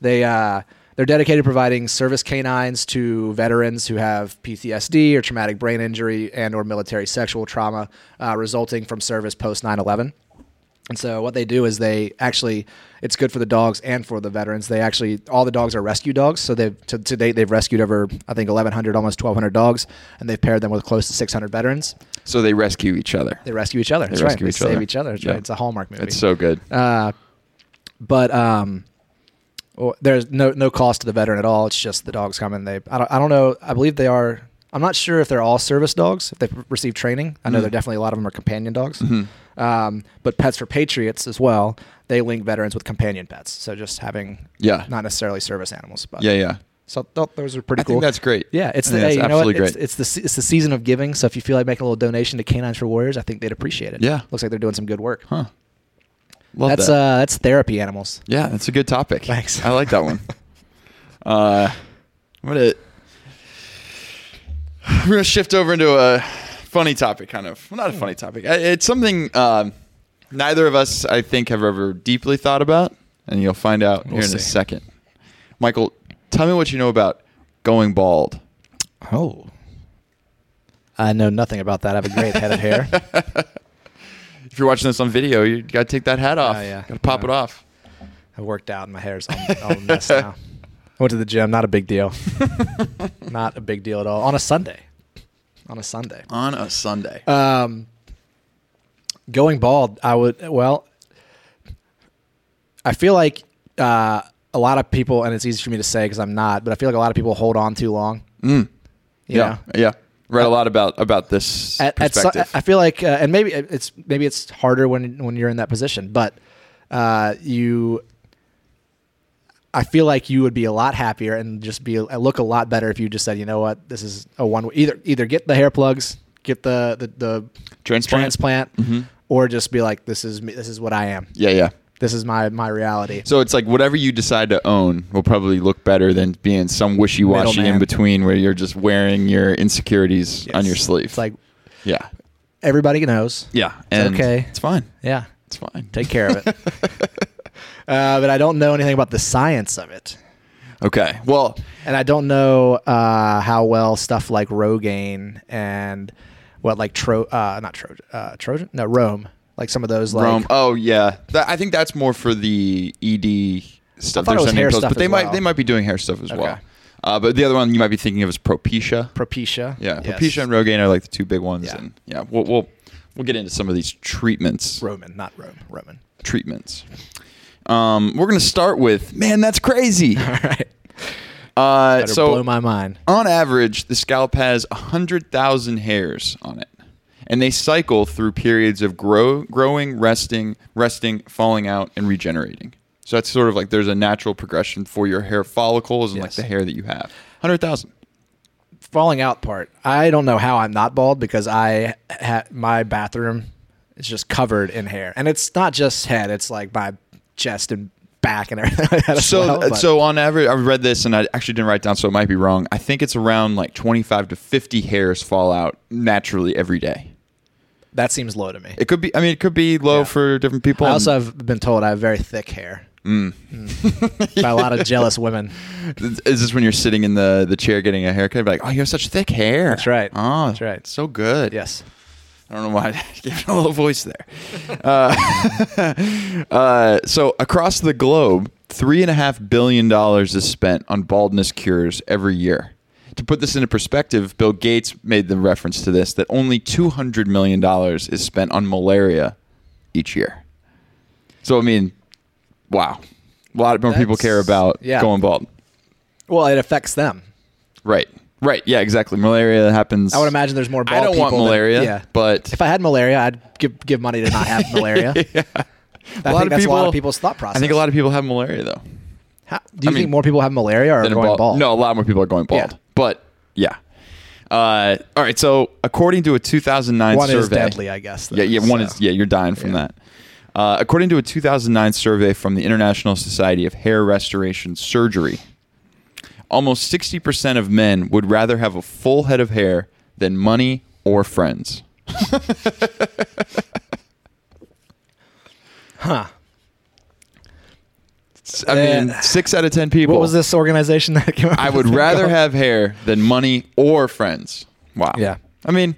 Speaker 1: They uh, they're dedicated to providing service canines to veterans who have PTSD or traumatic brain injury and or military sexual trauma uh, resulting from service post 9/11. And so what they do is they actually, it's good for the dogs and for the veterans. They actually, all the dogs are rescue dogs. So they've, to, to date, they've rescued over, I think, 1,100, almost 1,200 dogs, and they've paired them with close to 600 veterans.
Speaker 2: So they rescue each other.
Speaker 1: They rescue each other. That's right.
Speaker 2: rescue
Speaker 1: they
Speaker 2: each
Speaker 1: save
Speaker 2: other.
Speaker 1: each other. That's
Speaker 2: Yeah.
Speaker 1: right. It's a Hallmark movie.
Speaker 2: It's so good.
Speaker 1: uh, but um, well, there's no, no cost to the veteran at all. It's just the dogs come and they, I don't, I don't know. I believe they are, I'm not sure if they're all service dogs, if they've received training. I know
Speaker 2: Mm-hmm.
Speaker 1: there definitely a lot of them are companion dogs. Um, but Pets for Patriots as well, they link veterans with companion pets. So just having
Speaker 2: yeah,
Speaker 1: not necessarily service animals, but
Speaker 2: yeah, yeah.
Speaker 1: So I thought those are pretty
Speaker 2: I
Speaker 1: cool.
Speaker 2: think that's great.
Speaker 1: yeah, it's
Speaker 2: I
Speaker 1: the
Speaker 2: think
Speaker 1: hey,
Speaker 2: that's
Speaker 1: you know what?
Speaker 2: absolutely
Speaker 1: It's,
Speaker 2: great.
Speaker 1: it's the se- it's the season of giving. So if you feel like making a little donation to Canines for Warriors, I think they'd appreciate it.
Speaker 2: Yeah.
Speaker 1: looks like they're doing some good work.
Speaker 2: huh? Love
Speaker 1: that's
Speaker 2: that.
Speaker 1: uh that's therapy animals.
Speaker 2: Yeah, that's a good topic.
Speaker 1: Thanks.
Speaker 2: I like that one. uh, I'm gonna we're gonna shift over into a funny topic, kind of. Well, not
Speaker 1: Hmm.
Speaker 2: a funny topic. I- It's something um, neither of us, I think, have ever deeply thought about, and you'll find out
Speaker 1: We'll
Speaker 2: here in
Speaker 1: see.
Speaker 2: a second. Michael, tell me what you know about going bald.
Speaker 1: Oh. I know nothing about that. I have a great head of hair.
Speaker 2: If you're watching this on video, you gotta take that hat off.
Speaker 1: Oh, yeah.
Speaker 2: gotta pop it
Speaker 1: Yeah.
Speaker 2: off.
Speaker 1: I worked out and my hair's all, all messed now. I went to the gym. Not a big deal. not a big deal at all. On a Sunday. On a Sunday.
Speaker 2: On a Sunday.
Speaker 1: Um, going bald, I would. Well, I feel like uh, a lot of people, and it's easy for me to say because I'm not, but I feel like a lot of people hold on too long.
Speaker 2: Mm.
Speaker 1: You
Speaker 2: yeah,
Speaker 1: know?
Speaker 2: yeah. Read a lot about about this
Speaker 1: At, at so,
Speaker 2: perspective.
Speaker 1: I feel like, uh, and maybe it- it's maybe it's harder when when you're in that position, but uh, you. I feel like you would be a lot happier and just be uh, look a lot better if you just said, you know what, this is a one. Either either get the hair plugs, get the the, the
Speaker 2: Transplant? Mm-hmm.
Speaker 1: transplant, or just be like, this is me, this is what I am.
Speaker 2: Yeah, yeah.
Speaker 1: This is my my reality.
Speaker 2: So it's like whatever you decide to own will probably look better than being some wishy washy
Speaker 1: Middleman.
Speaker 2: in between where you're just wearing your insecurities on your sleeve.
Speaker 1: It's like
Speaker 2: yeah,
Speaker 1: everybody knows.
Speaker 2: yeah,
Speaker 1: okay.
Speaker 2: It's fine.
Speaker 1: Yeah,
Speaker 2: It's fine.
Speaker 1: take care of it. uh, but I don't know anything about the science of it.
Speaker 2: Okay. Well,
Speaker 1: and I don't know uh, how well stuff like Rogaine and what like Tro uh, not Trojan uh, Trojan no Rome like some of those like
Speaker 2: Rome. Oh yeah. That, I think that's more for the ED
Speaker 1: I
Speaker 2: stuff.
Speaker 1: thought it was hair
Speaker 2: pills,
Speaker 1: stuff
Speaker 2: but they
Speaker 1: as
Speaker 2: might
Speaker 1: well.
Speaker 2: they might be doing hair stuff as well.
Speaker 1: Okay.
Speaker 2: Uh, but the other one you might be thinking of is Propecia.
Speaker 1: Propecia
Speaker 2: Yeah,
Speaker 1: Yes.
Speaker 2: Propecia and Rogaine are like the two big ones.
Speaker 1: Yeah.
Speaker 2: And yeah, we'll, we'll we'll get into some of these treatments.
Speaker 1: Roman not Rome Roman
Speaker 2: Treatments. Um, we're gonna start with man, that's crazy.
Speaker 1: all right
Speaker 2: Uh,
Speaker 1: better
Speaker 2: so
Speaker 1: blow my mind
Speaker 2: on average, the scalp has 100,000 hairs on it. And they cycle through periods of grow, growing, resting, resting, falling out, and regenerating. So that's sort of like there's a natural progression for your hair follicles and like
Speaker 1: Yes.
Speaker 2: the hair that you have. 100,000.
Speaker 1: falling out part I don't know how I'm not bald because I ha- my bathroom is just covered in hair and it's not just head it's like my chest and back and everything like that as
Speaker 2: So, uh,
Speaker 1: well, but-
Speaker 2: so on average, I read this and I actually didn't write it down, so it might be wrong. I think it's around like 25 to 50 hairs fall out naturally every day.
Speaker 1: that seems low to me
Speaker 2: It could be, I mean, it could be low
Speaker 1: Yeah.
Speaker 2: for different people.
Speaker 1: I also have been told I have very thick hair Mm. by a lot of jealous women.
Speaker 2: Is this when you're sitting in the, the chair getting a haircut? Be like, oh, you have such thick hair.
Speaker 1: That's right.
Speaker 2: Oh,
Speaker 1: That's right.
Speaker 2: So good.
Speaker 1: Yes.
Speaker 2: I don't know why I gave it a little voice there. uh, uh, so across the globe, three and a half billion dollars is spent on baldness cures every year. To put this into perspective, Bill Gates made the reference to this that only two hundred million dollars is spent on malaria each year. So I mean, wow, a lot more people
Speaker 1: That's-
Speaker 2: care about
Speaker 1: yeah.
Speaker 2: going bald.
Speaker 1: Well, it affects them.
Speaker 2: Right. Right. Yeah. Exactly. Malaria happens.
Speaker 1: I would imagine there's more. Bald
Speaker 2: I don't want
Speaker 1: people than-
Speaker 2: malaria.
Speaker 1: yeah.
Speaker 2: But
Speaker 1: If I had malaria, I'd give give money to not have malaria. I
Speaker 2: lot
Speaker 1: think that's
Speaker 2: of
Speaker 1: a lot
Speaker 2: people-
Speaker 1: of people's thought process.
Speaker 2: I think a lot of people have malaria though.
Speaker 1: How, do you
Speaker 2: I
Speaker 1: think
Speaker 2: mean-
Speaker 1: more people have malaria or are
Speaker 2: Than are
Speaker 1: going
Speaker 2: bald-
Speaker 1: bald?
Speaker 2: No, a lot more people are going bald.
Speaker 1: Yeah.
Speaker 2: But yeah. Uh, all right. So according to a 2009
Speaker 1: one
Speaker 2: survey,
Speaker 1: is deadly, I guess. though,
Speaker 2: Yeah, yeah, one
Speaker 1: so.
Speaker 2: is yeah, you're dying from
Speaker 1: Yeah.
Speaker 2: that. Uh, according to a 2009 survey from the International Society of Hair Restoration Surgery, almost 60% of men would rather have a full head of hair than money or friends.
Speaker 1: Huh.
Speaker 2: S- I mean,
Speaker 1: Uh,
Speaker 2: six out of 10 people.
Speaker 1: What was this organization that came? Up
Speaker 2: I
Speaker 1: with
Speaker 2: would
Speaker 1: that
Speaker 2: rather
Speaker 1: goal?
Speaker 2: have hair than money or friends. Wow.
Speaker 1: Yeah.
Speaker 2: I mean,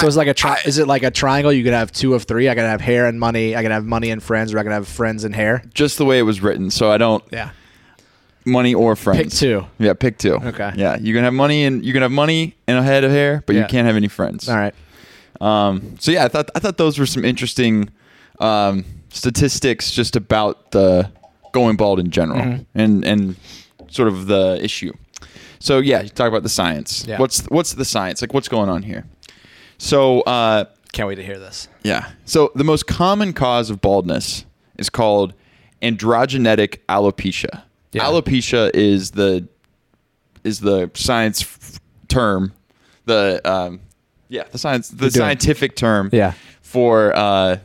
Speaker 1: So it's like a tri- is it like a triangle? You could have two of three. I could have hair and money. I could have money and friends, or I could have friends and hair.
Speaker 2: just the way it was written. So I don't
Speaker 1: Yeah.
Speaker 2: money or friends.
Speaker 1: two.
Speaker 2: Yeah, pick two.
Speaker 1: Okay.
Speaker 2: Yeah, you can have money and you can have money and a head of hair, but you
Speaker 1: Yeah.
Speaker 2: can't have any friends.
Speaker 1: All right.
Speaker 2: Um, so yeah, I thought I thought those were some interesting um, statistics just about the going bald in general
Speaker 1: Mm-hmm.
Speaker 2: and and sort of the issue. So yeah, you talk about the science.
Speaker 1: Yeah.
Speaker 2: What's what's the science? Like what's going on here? So uh,
Speaker 1: Can't wait to hear this.
Speaker 2: yeah. So the most common cause of baldness is called androgenetic alopecia.
Speaker 1: Yeah.
Speaker 2: Alopecia is the is the science f- term, the um, yeah, the science the
Speaker 1: You're doing-
Speaker 2: scientific term
Speaker 1: Yeah.
Speaker 2: for uh,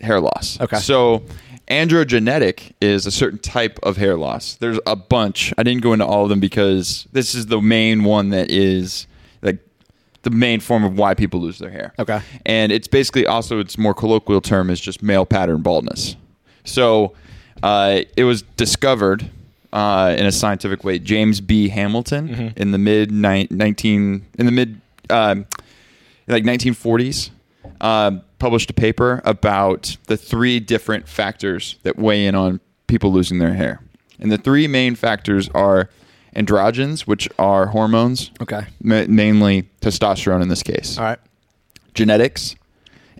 Speaker 2: hair loss.
Speaker 1: Okay.
Speaker 2: So androgenetic is a certain type of hair loss. There's a bunch. I didn't go into all of them because this is the main one that is like the main form of why people lose their hair
Speaker 1: Okay.
Speaker 2: and it's basically also its more colloquial term is just male pattern baldness. So uh, it was discovered uh, in a scientific way. James B. Hamilton
Speaker 1: Mm-hmm.
Speaker 2: in the mid ni- nineteen in the mid um, like nineteen forties um, published a paper about the three different factors that weigh in on people losing their hair, and the three main factors are androgens, which are hormones,
Speaker 1: Okay.
Speaker 2: ma- mainly testosterone in this case
Speaker 1: All right.
Speaker 2: genetics,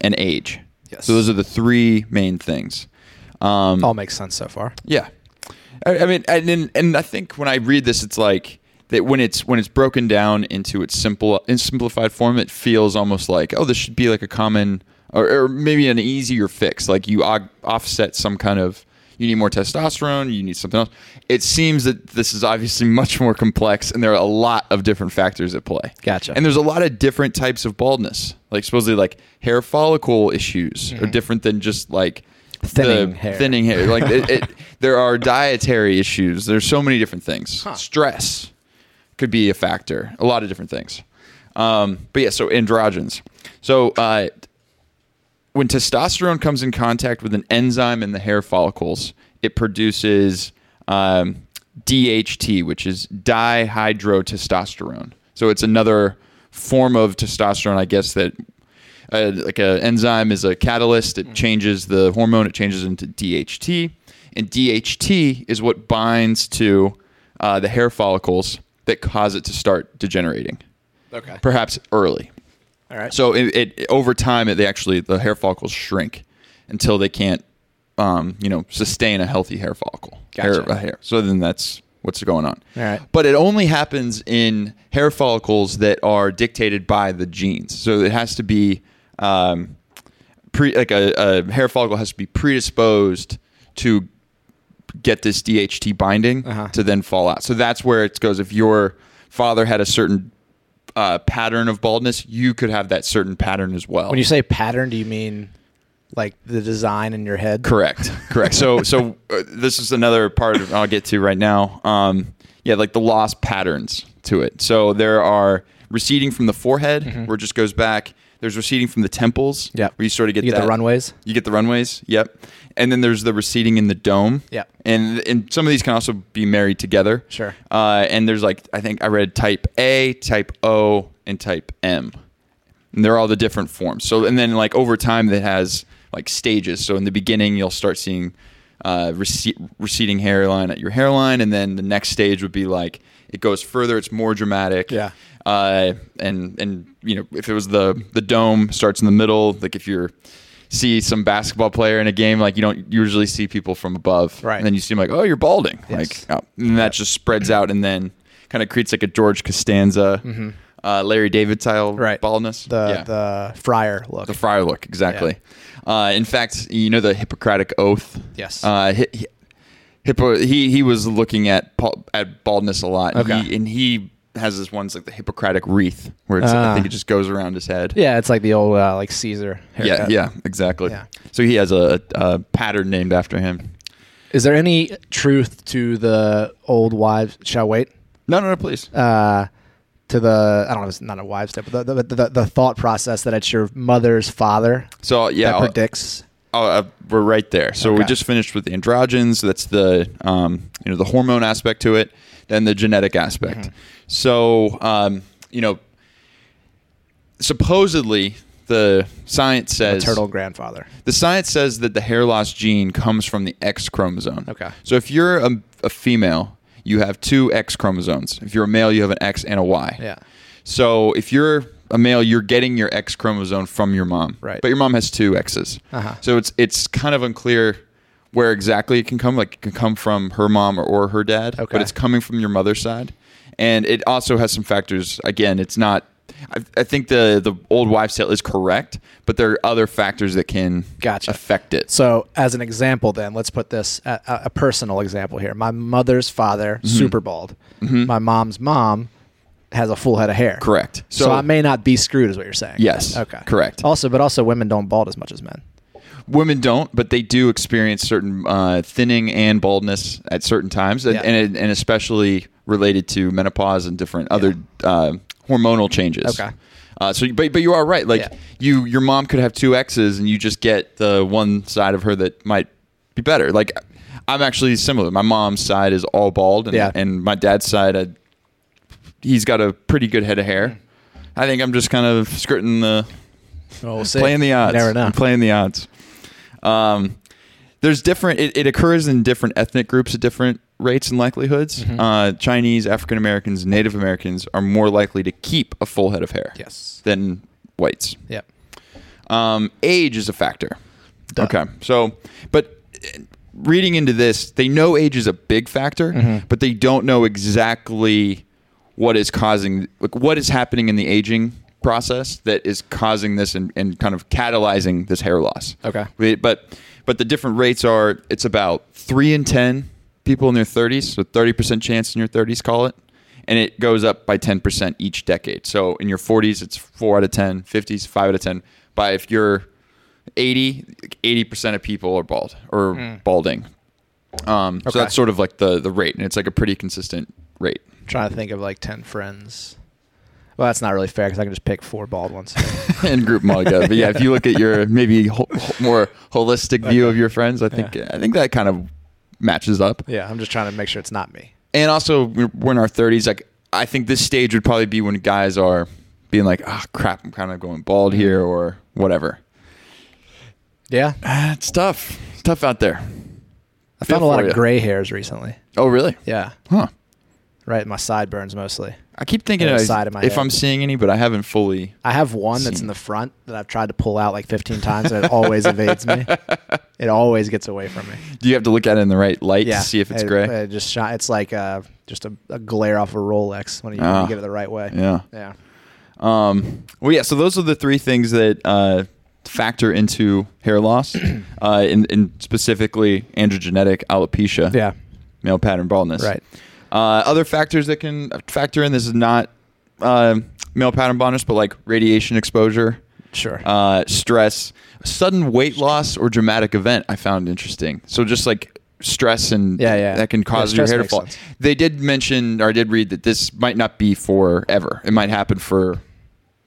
Speaker 2: and age.
Speaker 1: Yes.
Speaker 2: So those are the three main things. Um,
Speaker 1: All makes sense so far.
Speaker 2: yeah. I, I mean, and, and and I think when I read this, it's like that when it's when it's broken down into its simple in simplified form, it feels almost like oh, this should be like a common or, or maybe an easier fix. Like you og- offset some kind of you need more testosterone, you need something else. It seems that this is obviously much more complex, and there are a lot of different factors at play.
Speaker 1: Gotcha.
Speaker 2: And there's a lot of different types of baldness, like supposedly like hair follicle issues are different than just like
Speaker 1: Thinning
Speaker 2: the
Speaker 1: hair.
Speaker 2: Thinning hair. Like it, it, there are dietary issues. There's so many different things. Stress could be a factor. A lot of different things. Um, but yeah, so androgens. So uh, when testosterone comes in contact with an enzyme in the hair follicles, it produces um, DHT, which is dihydrotestosterone. So it's another form of testosterone, I guess that uh, like an enzyme is a catalyst. It changes the hormone. It changes into DHT, and DHT is what binds to uh, the hair follicles that cause it to start degenerating,
Speaker 1: Okay.
Speaker 2: perhaps early.
Speaker 1: All right.
Speaker 2: So it, it over time, it, they actually the hair follicles shrink until they can't, um, you know, sustain a healthy hair follicle.
Speaker 1: Gotcha.
Speaker 2: Hair, a hair. So then that's what's going on.
Speaker 1: All right.
Speaker 2: But it only happens in hair follicles that are dictated by the genes. So it has to be, um, pre like a, a hair follicle has to be predisposed to get this DHT binding
Speaker 1: Uh-huh.
Speaker 2: to then fall out. So that's where it goes. If your father had a certain uh, pattern of baldness, you could have that certain pattern as well.
Speaker 1: When you say pattern, do you mean like the design in your head?
Speaker 2: correct, correct. So, so uh, this is another part of, I'll get to right now. Um, yeah, like the lost patterns to it. So there are receding from the forehead,
Speaker 1: Mm-hmm.
Speaker 2: where it just goes back. There's receding from the temples,
Speaker 1: Yep.
Speaker 2: where you sort of get
Speaker 1: You get the
Speaker 2: that-
Speaker 1: runways?
Speaker 2: You get the runways. Yep. And then there's the receding in the dome.
Speaker 1: Yep.
Speaker 2: And and some of these can also be married together.
Speaker 1: Sure.
Speaker 2: Uh, and there's like I think I read type A, type O, and type M. And they're all the different forms. So and then like over time that has like stages. So in the beginning you'll start seeing uh, rece- receding hairline at your hairline, and then the next stage would be like it goes further. It's more dramatic
Speaker 1: Yeah.
Speaker 2: uh, and and you know if it was the the dome starts in the middle like if you're see some basketball player in a game like you don't usually see people from above
Speaker 1: Right.
Speaker 2: and then you see them like oh you're balding
Speaker 1: Yes.
Speaker 2: like oh. and that just spreads out and then kind of creates like a George Costanza uh, Larry David style
Speaker 1: Mm-hmm. Right.
Speaker 2: baldness
Speaker 1: The
Speaker 2: Yeah.
Speaker 1: the friar look.
Speaker 2: The friar look, exactly. Uh, in fact, you know the Hippocratic Oath.
Speaker 1: Yes.
Speaker 2: Uh, hi, hi- Hippo. He he was looking at pa- at baldness a lot.
Speaker 1: Okay.
Speaker 2: He, and he has this one's like the Hippocratic wreath, where it's,
Speaker 1: Ah.
Speaker 2: I think it just goes around his head.
Speaker 1: yeah, it's like the old uh, like Caesar.
Speaker 2: Yeah.
Speaker 1: Haircut.
Speaker 2: Yeah. Exactly.
Speaker 1: Yeah.
Speaker 2: So he has a, a pattern named after him.
Speaker 1: Is there any truth to the old wives shall wait?
Speaker 2: No, no, no, please.
Speaker 1: Uh, to the I don't know, it's not a wives tip, but the, the, the, the thought process that it's your mother's father
Speaker 2: So yeah, uh,
Speaker 1: that
Speaker 2: I'll-
Speaker 1: predicts.
Speaker 2: Oh, uh, we're right there. So we
Speaker 1: Okay.
Speaker 2: just finished with the androgens. That's the um, you know the hormone aspect to it, then the genetic aspect.
Speaker 1: Mm-hmm.
Speaker 2: So um, you know, supposedly the science
Speaker 1: the
Speaker 2: says
Speaker 1: turtle grandfather.
Speaker 2: the science says that the hair loss gene comes from the X chromosome.
Speaker 1: Okay.
Speaker 2: So if you're a, a female, you have two X chromosomes. If you're a male, you have an X and a Y.
Speaker 1: Yeah.
Speaker 2: So if you're a male, you're getting your X chromosome from your mom.
Speaker 1: Right.
Speaker 2: But your mom has two X's.
Speaker 1: Uh-huh.
Speaker 2: So it's it's kind of unclear where exactly it can come. Like it can come from her mom or, or her dad.
Speaker 1: Okay.
Speaker 2: But it's coming from your mother's side. And it also has some factors. Again, it's not I, I think the the old wives tale is correct, but there are other factors that can
Speaker 1: Gotcha.
Speaker 2: affect it.
Speaker 1: So, as an example, then let's put this a, a a personal example here. My mother's father,
Speaker 2: Mm-hmm.
Speaker 1: super bald. My mom's mom has a full head of hair.
Speaker 2: Correct.
Speaker 1: So,
Speaker 2: So-
Speaker 1: I may not be screwed, is what you're saying.
Speaker 2: Yes,
Speaker 1: Okay.
Speaker 2: correct.
Speaker 1: Also, but also women don't bald as much as men.
Speaker 2: Women don't, but they do experience certain uh, thinning and baldness at certain times, and,
Speaker 1: Yeah.
Speaker 2: and, and especially related to menopause and different other uh, hormonal changes.
Speaker 1: Okay.
Speaker 2: Uh, so, but but you are right. Like
Speaker 1: Yeah.
Speaker 2: you, your mom could have two X's, and you just get the one side of her that might be better. Like I'm actually similar. My mom's side is all bald, and,
Speaker 1: Yeah.
Speaker 2: and my dad's side, I, he's got a pretty good head of hair.
Speaker 1: Hmm.
Speaker 2: I think I'm just kind of skirting the
Speaker 1: Oh, Well, we'll see.
Speaker 2: playing the odds.
Speaker 1: Never know.
Speaker 2: I'm playing the odds. Um, there's different. It, it occurs in different ethnic groups at different rates and likelihoods.
Speaker 1: Mm-hmm.
Speaker 2: Uh, Chinese, African Americans, Native Americans are more likely to keep a full head of hair.
Speaker 1: Yes.
Speaker 2: Than whites.
Speaker 1: Yep.
Speaker 2: Um, age is a factor.
Speaker 1: Duh.
Speaker 2: Okay. So, but uh, reading into this, they know age is a big factor,
Speaker 1: Mm-hmm.
Speaker 2: but they don't know exactly what is causing, like, what is happening in the aging process that is causing this and, and kind of catalyzing this hair loss.
Speaker 1: Okay.
Speaker 2: We- But, but the different rates are it's about three in 10 people in their 30s, so 30% chance in your 30s, call it. And it goes up by 10% each decade. So in your 40s, it's 4 out of 10, 50s, 5 out of 10. By if you're 80 80% of people are bald or balding um,
Speaker 1: Hmm. Okay.
Speaker 2: so that's sort of like the the rate and it's like a pretty consistent rate
Speaker 1: trying to think of like 10 friends. Well, that's not really fair because I can just pick four bald ones.
Speaker 2: and group them all together but yeah if you look at your maybe ho- ho- more holistic view of your friends i think i think that kind of matches up
Speaker 1: yeah, I'm just trying to make sure it's not me.
Speaker 2: and also we're we're in our 30s. Like I think this stage would probably be when guys are being like, "Ah, crap, I'm kind of going bald here," or whatever.
Speaker 1: Yeah.
Speaker 2: Ah, It's tough. It's tough out there.
Speaker 1: I found a
Speaker 2: Feel
Speaker 1: lot
Speaker 2: for
Speaker 1: of
Speaker 2: ya.
Speaker 1: gray hairs recently.
Speaker 2: Oh, really?
Speaker 1: Yeah.
Speaker 2: Huh.
Speaker 1: Right, my sideburns mostly.
Speaker 2: I keep thinking
Speaker 1: Yeah,
Speaker 2: I,
Speaker 1: the side of my
Speaker 2: if
Speaker 1: head.
Speaker 2: I'm seeing any, but I haven't fully.
Speaker 1: I have one that's in
Speaker 2: Seen.
Speaker 1: the front that I've tried to pull out like 15 times and it always evades me. It always gets away from me.
Speaker 2: Do you have to look at it in the right light
Speaker 1: Yeah.
Speaker 2: to see if it's
Speaker 1: it,
Speaker 2: gray?
Speaker 1: It just shine, it's like uh, just a, a glare off a Rolex when you, when
Speaker 2: Ah.
Speaker 1: you get it the right way.
Speaker 2: yeah.
Speaker 1: Yeah.
Speaker 2: Um, well, yeah. So those are the three things that uh, factor into hair loss, uh, in, in specifically androgenetic alopecia,
Speaker 1: Yeah.
Speaker 2: male pattern baldness.
Speaker 1: Right.
Speaker 2: Uh, other factors that can factor in this is not uh, male pattern baldness, but like radiation exposure,
Speaker 1: Sure.
Speaker 2: uh, stress, sudden weight loss, or dramatic event. I found interesting. So just like stress and
Speaker 1: Yeah, yeah.
Speaker 2: that can cause
Speaker 1: Yeah,
Speaker 2: your
Speaker 1: stress
Speaker 2: hair to
Speaker 1: makes
Speaker 2: fall.
Speaker 1: sense.
Speaker 2: They did mention or I did read that this might not be forever. It might happen for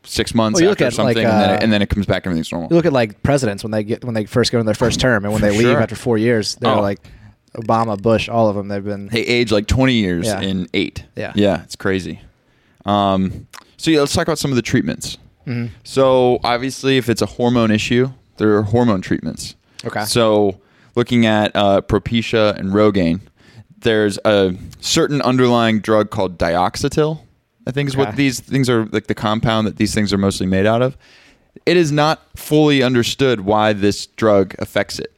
Speaker 2: six months
Speaker 1: Well, you look
Speaker 2: after
Speaker 1: at, like,
Speaker 2: something, and, then
Speaker 1: uh,
Speaker 2: it, and then it comes back and everything's normal.
Speaker 1: you look at like presidents when they get when they first go in their first term and when
Speaker 2: For
Speaker 1: they leave
Speaker 2: sure.
Speaker 1: after four years, they're
Speaker 2: Oh.
Speaker 1: like Obama, Bush, all of them. They've been
Speaker 2: they age like 20 years
Speaker 1: Yeah.
Speaker 2: in eight.
Speaker 1: Yeah.
Speaker 2: Yeah, it's crazy. Um, so yeah, let's talk about some of the treatments.
Speaker 1: Mhm.
Speaker 2: So obviously, if it's a hormone issue, there are hormone treatments.
Speaker 1: Okay.
Speaker 2: So looking at uh, Propecia and Rogaine, there's a certain underlying drug called dioxetil. I think is what
Speaker 1: Okay.
Speaker 2: these things are like the compound that these things are mostly made out of. It is not fully understood why this drug affects it.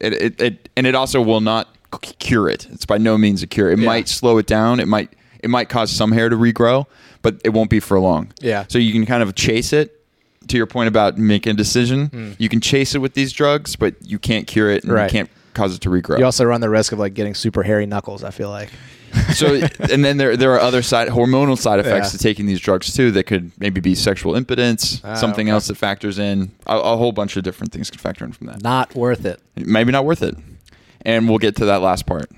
Speaker 2: It, it, it and it also will not c- cure it. It's by no means a cure. It
Speaker 1: Yeah.
Speaker 2: might slow it down. It might it might cause some hair to regrow, but it won't be for long.
Speaker 1: Yeah.
Speaker 2: So you can kind of chase it. To your point about making a decision, you can chase it with these drugs, but you can't cure it and
Speaker 1: Hmm. Right.
Speaker 2: you can't cause it to regrow.
Speaker 1: you also run the risk of like getting super hairy knuckles, I feel like.
Speaker 2: so and then there there are other side hormonal side effects
Speaker 1: Yeah.
Speaker 2: to taking these drugs too that could maybe be sexual impotence,
Speaker 1: Ah,
Speaker 2: something
Speaker 1: okay.
Speaker 2: else that factors in. A, a whole bunch of different things could factor in from that.
Speaker 1: Not worth it.
Speaker 2: Maybe not worth it. And we'll get to that last part.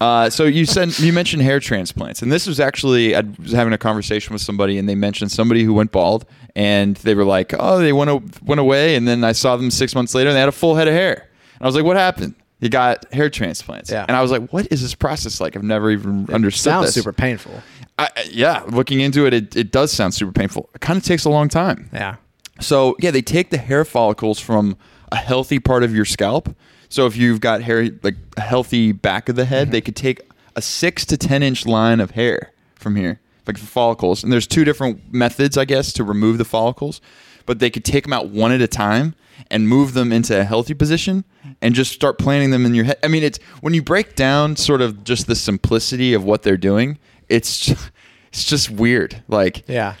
Speaker 2: Uh, so you said you mentioned hair transplants, and this was actually I was having a conversation with somebody, and they mentioned somebody who went bald, and they were like, "Oh, they went o- went away," and then I saw them six months later, and they had a full head of hair, and I was like, "What happened?" You got hair transplants,
Speaker 1: Yeah.
Speaker 2: and I was like, "What is this process like?" I've never even understood.
Speaker 1: Sounds
Speaker 2: this.
Speaker 1: super painful.
Speaker 2: I, I- yeah, looking into it, it, it does sound super painful. It kind of takes a long time.
Speaker 1: Yeah.
Speaker 2: So yeah, they take the hair follicles from a healthy part of your scalp. So if you've got hair like a healthy back of the head, they could take a six to ten inch line of hair from here, like follicles. And there's two different methods, I guess, to remove the follicles. But they could take them out one at a time and move them into a healthy position and just start planting them in your head. I mean, it's when you break down sort of just the simplicity of what they're doing, it's just, it's just weird. Like
Speaker 1: Yeah.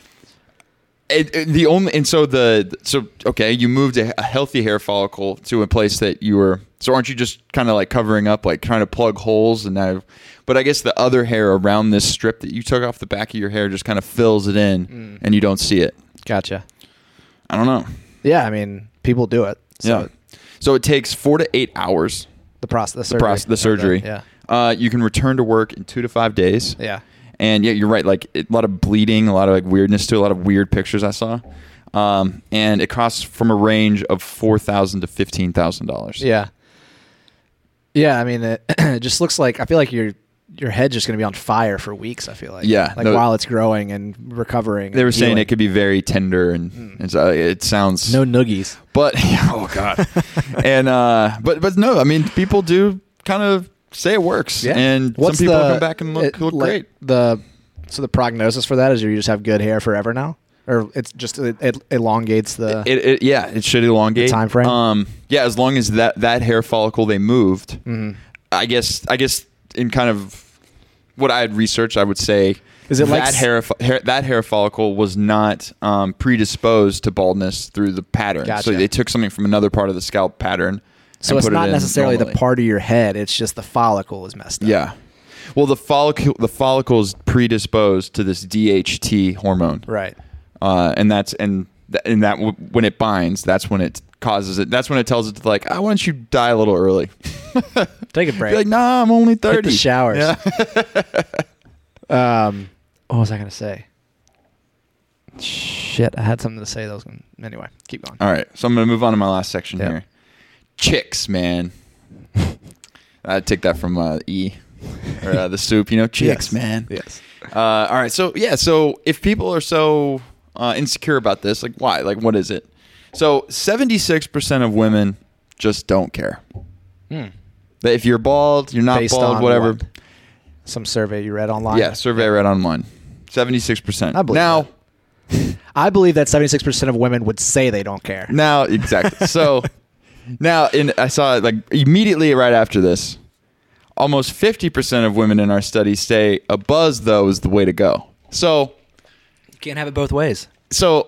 Speaker 2: it, it- the only and so the so okay, you moved a, a healthy hair follicle to a place that you were. So aren't you just kind of like covering up, like trying to plug holes? And now, but I guess the other hair around this strip that you took off the back of your hair just kind of fills it in, and you don't see it.
Speaker 1: Gotcha.
Speaker 2: I don't know.
Speaker 1: Yeah, I mean, people do it. So
Speaker 2: So, so it takes four to eight hours.
Speaker 1: the process, the
Speaker 2: The,
Speaker 1: surgery.
Speaker 2: proc- the surgery.
Speaker 1: Yeah.
Speaker 2: Uh, you can return to work in two to five days.
Speaker 1: Yeah.
Speaker 2: And yeah, you're right. Like it, a lot of bleeding, a lot of like weirdness to a lot of weird pictures I saw. Um, and it costs from a range of four thousand to fifteen thousand dollars.
Speaker 1: Yeah. Yeah, I mean, it, it just looks like I feel like your your head's just going to be on fire for weeks. I feel like.
Speaker 2: Yeah,
Speaker 1: Like
Speaker 2: no-
Speaker 1: while it's growing and recovering.
Speaker 2: They were saying it could be very tender and, and so uh, it
Speaker 1: Hmm.
Speaker 2: sounds
Speaker 1: no noogies.
Speaker 2: but oh god and uh but but no i mean people do kind of say it works and some people come back and look,
Speaker 1: it-
Speaker 2: look
Speaker 1: like,
Speaker 2: great
Speaker 1: The so the prognosis for that is you just have good hair forever now, or it's just it, it elongates the.
Speaker 2: it, it yeah it should elongate
Speaker 1: The time frame?
Speaker 2: um yeah as long as that that hair follicle they moved
Speaker 1: Mhm.
Speaker 2: i guess i guess in kind of what i had researched i would say
Speaker 1: Is it
Speaker 2: that
Speaker 1: like s-
Speaker 2: hair, fo- hair that hair follicle was not um, predisposed to baldness through the pattern
Speaker 1: Gotcha.
Speaker 2: so they took something from another part of the scalp pattern
Speaker 1: so
Speaker 2: and
Speaker 1: it's
Speaker 2: put it
Speaker 1: not
Speaker 2: in
Speaker 1: necessarily
Speaker 2: normally.
Speaker 1: the part of your head; it's just the follicle is messed up.
Speaker 2: yeah well the follicle the follicle is predisposed to this dht hormone
Speaker 1: Right.
Speaker 2: uh, and that's and th- and that w- when it binds, that's when it causes it. That's when it tells it to like, I want you to die a little early.
Speaker 1: Take a
Speaker 2: Be
Speaker 1: break.
Speaker 2: like, nah, I'm only thirty.
Speaker 1: Hit the showers.
Speaker 2: Yeah.
Speaker 1: um, what was I gonna say? Shit, I had something to say. That was gonna, anyway. Keep going.
Speaker 2: All right, so I'm gonna move on to my last section
Speaker 1: Yeah.
Speaker 2: here. Chicks, man. I take that from uh, E. or uh, the soup. You know, chicks,
Speaker 1: Yes.
Speaker 2: man.
Speaker 1: Yes.
Speaker 2: Uh, all right. So yeah. So if people are so uh, insecure about this, like why? Like what is it? So seventy six percent of women just don't care. That if you're bald, you're not
Speaker 1: Hmm. Based
Speaker 2: bald,
Speaker 1: on
Speaker 2: whatever.
Speaker 1: what? Some survey you read online.
Speaker 2: Yeah. Survey I read online. Seventy six percent.
Speaker 1: I believe
Speaker 2: now.
Speaker 1: that. I believe that 76% of women would say they don't care.
Speaker 2: Now exactly. so now in I saw like immediately right after this, almost fifty percent of women in our study say a buzz though is the way to go. So
Speaker 3: You can't have it both ways.
Speaker 2: so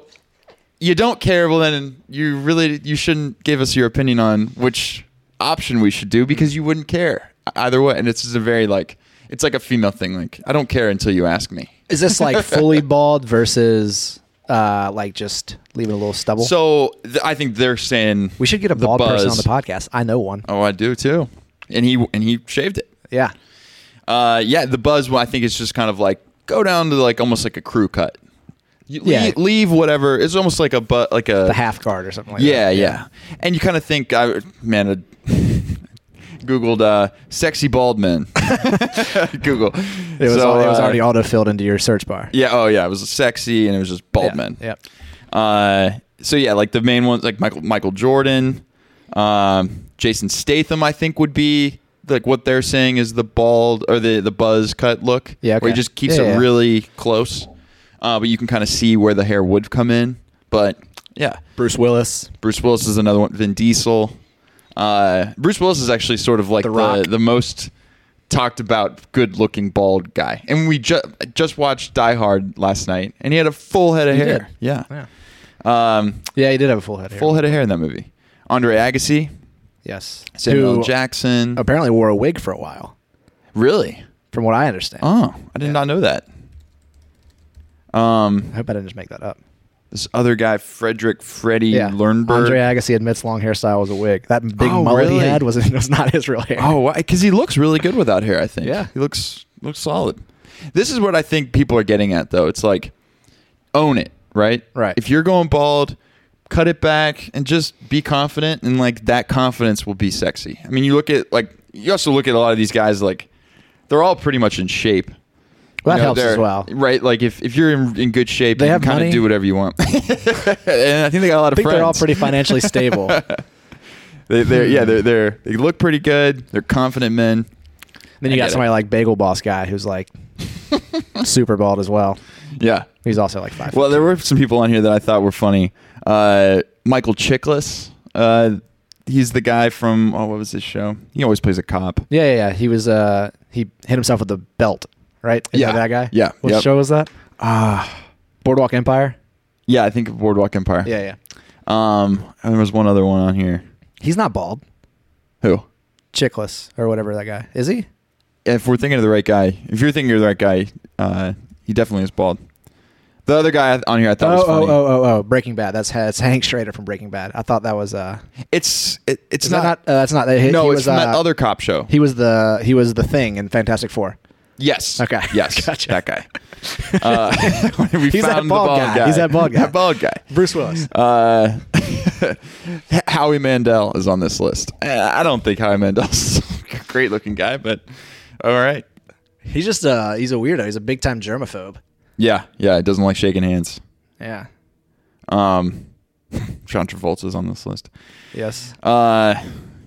Speaker 2: you don't care well then you really you shouldn't give us your opinion on which option we should do because you wouldn't care e-, either way and it's just a very like it's like a female thing like i don't care until you ask me
Speaker 1: Is this like fully bald versus uh, like just leaving a little stubble?
Speaker 2: so th- i think they're saying
Speaker 1: we should get a
Speaker 2: the
Speaker 1: bald person on
Speaker 2: buzz.
Speaker 1: the podcast. I know one.
Speaker 2: oh i do too and he and he shaved it
Speaker 1: Yeah.
Speaker 2: uh yeah the buzz well, i think it's just kind of like go down to like almost like a crew cut you
Speaker 1: Yeah.
Speaker 2: leave, leave whatever it's almost like a but like a
Speaker 1: The half guard or something like
Speaker 2: yeah,
Speaker 1: that.
Speaker 2: yeah. And you kind of think, I man, I googled uh, sexy bald men. Google.
Speaker 1: It was,
Speaker 2: So,
Speaker 1: al- it was
Speaker 2: uh,
Speaker 1: already auto filled into your search bar.
Speaker 2: Yeah. Oh, yeah. It was sexy, and it was just bald
Speaker 1: Yeah,
Speaker 2: men.
Speaker 1: Yep.
Speaker 2: Uh, so yeah, like the main ones, like Michael Michael Jordan, um, Jason Statham, I think would be like what they're saying is the bald or the the buzz cut look.
Speaker 1: Yeah,
Speaker 2: where he
Speaker 1: okay.
Speaker 2: just keeps
Speaker 1: Yeah,
Speaker 2: it
Speaker 1: yeah.
Speaker 2: really close, uh, but you can kind of see where the hair would come in. But yeah,
Speaker 1: Bruce Willis.
Speaker 2: Bruce Willis is another one. Vin Diesel. Uh, Bruce Willis is actually sort of like
Speaker 1: The
Speaker 2: the,
Speaker 1: Rock.
Speaker 2: the, most talked about good looking bald guy. And we ju- just watched Die Hard last night, and he had a full head of
Speaker 1: He
Speaker 2: hair.
Speaker 1: did.
Speaker 2: Yeah.
Speaker 1: Yeah.
Speaker 2: Um,
Speaker 1: Yeah, he did have a full head of hair.
Speaker 2: full head of hair in that movie. Andre Agassi,
Speaker 1: Yes.
Speaker 2: Samuel
Speaker 1: Who
Speaker 2: L. Jackson.
Speaker 1: apparently wore a wig for a while,
Speaker 2: really?
Speaker 1: from what I understand.
Speaker 2: Oh, I did
Speaker 1: Yeah.
Speaker 2: not know that.
Speaker 1: I
Speaker 2: Um,
Speaker 1: hope I didn't just make that up.
Speaker 2: this other guy, Frederick Freddie Lernberg.
Speaker 1: Andre Agassi admits long hairstyle was a wig. That big
Speaker 2: Oh,
Speaker 1: mullet he
Speaker 2: really?
Speaker 1: had was, was not his real hair.
Speaker 2: Oh, because he looks really good without hair. I think.
Speaker 1: Yeah.
Speaker 2: he looks looks solid. This is what I think people are getting at, though. It's like own it, right?
Speaker 1: Right.
Speaker 2: If you're going bald, cut it back and just be confident, and like that confidence will be sexy. I mean, you look at like you also look at a lot of these guys like they're all pretty much in shape.
Speaker 1: Well, that
Speaker 2: You know,
Speaker 1: helps as
Speaker 2: they're-
Speaker 1: well.
Speaker 2: right? Like if, if you're in, in good shape,
Speaker 1: They
Speaker 2: you
Speaker 1: have
Speaker 2: kind
Speaker 1: money.
Speaker 2: of do whatever you want. and I think they got a lot
Speaker 1: I
Speaker 2: of
Speaker 1: think
Speaker 2: friends.
Speaker 1: they're all pretty financially Hmm. stable. then
Speaker 2: They, they're yeah, they're they're they look pretty good. They're confident men.
Speaker 1: you
Speaker 2: I get
Speaker 1: got
Speaker 2: it.
Speaker 1: somebody like Bagel Boss guy who's like super bald as well.
Speaker 2: Yeah.
Speaker 1: He's also like five.
Speaker 2: Well, there were some people on here that I thought were funny. Uh, Michael Chiklis. Uh, he's the guy from oh, what was his show? He always plays a cop.
Speaker 1: yeah, yeah, yeah. He was uh he hit himself with a belt, right? Isn't
Speaker 2: Yeah.
Speaker 1: that, that guy.
Speaker 2: Yeah,
Speaker 1: What
Speaker 2: yep.
Speaker 1: show was that?
Speaker 2: Ah,
Speaker 1: Boardwalk Empire.
Speaker 2: yeah, I think of Boardwalk Empire.
Speaker 1: Yeah, yeah.
Speaker 2: Um, and there was one other one on here.
Speaker 1: He's not bald.
Speaker 2: Who?
Speaker 1: Chickless or whatever that guy is. He?
Speaker 2: If we're thinking of the right guy, if you're thinking of the right guy, uh, he definitely is bald. The other guy on here I thought
Speaker 1: oh,
Speaker 2: was funny.
Speaker 1: oh, oh, oh, oh! Breaking Bad. That's that's Hank Schrader from Breaking Bad. I thought that was uh.
Speaker 2: It's it, it's
Speaker 1: It's
Speaker 2: not,
Speaker 1: not. not uh, that's not. He,
Speaker 2: no,
Speaker 1: he
Speaker 2: it's
Speaker 1: was,
Speaker 2: from that
Speaker 1: uh,
Speaker 2: other cop show.
Speaker 1: He was the he was the thing in Fantastic Four.
Speaker 2: Yes.
Speaker 1: Okay.
Speaker 2: Yes.
Speaker 1: Gotcha.
Speaker 2: That guy. Uh, we
Speaker 1: He's that
Speaker 2: found the
Speaker 1: bald guy. He's that bald guy.
Speaker 2: That bald guy.
Speaker 1: Bruce Willis.
Speaker 2: Uh, Howie Mandel is on this list. Uh, I don't think Howie Mandel's a great looking guy, but all right.
Speaker 1: He's just uh he's a weirdo. He's a big time germaphobe.
Speaker 2: Yeah, yeah, it doesn't like shaking hands.
Speaker 1: Yeah.
Speaker 2: Um, John Travolta's on this list.
Speaker 1: Yes.
Speaker 2: Uh,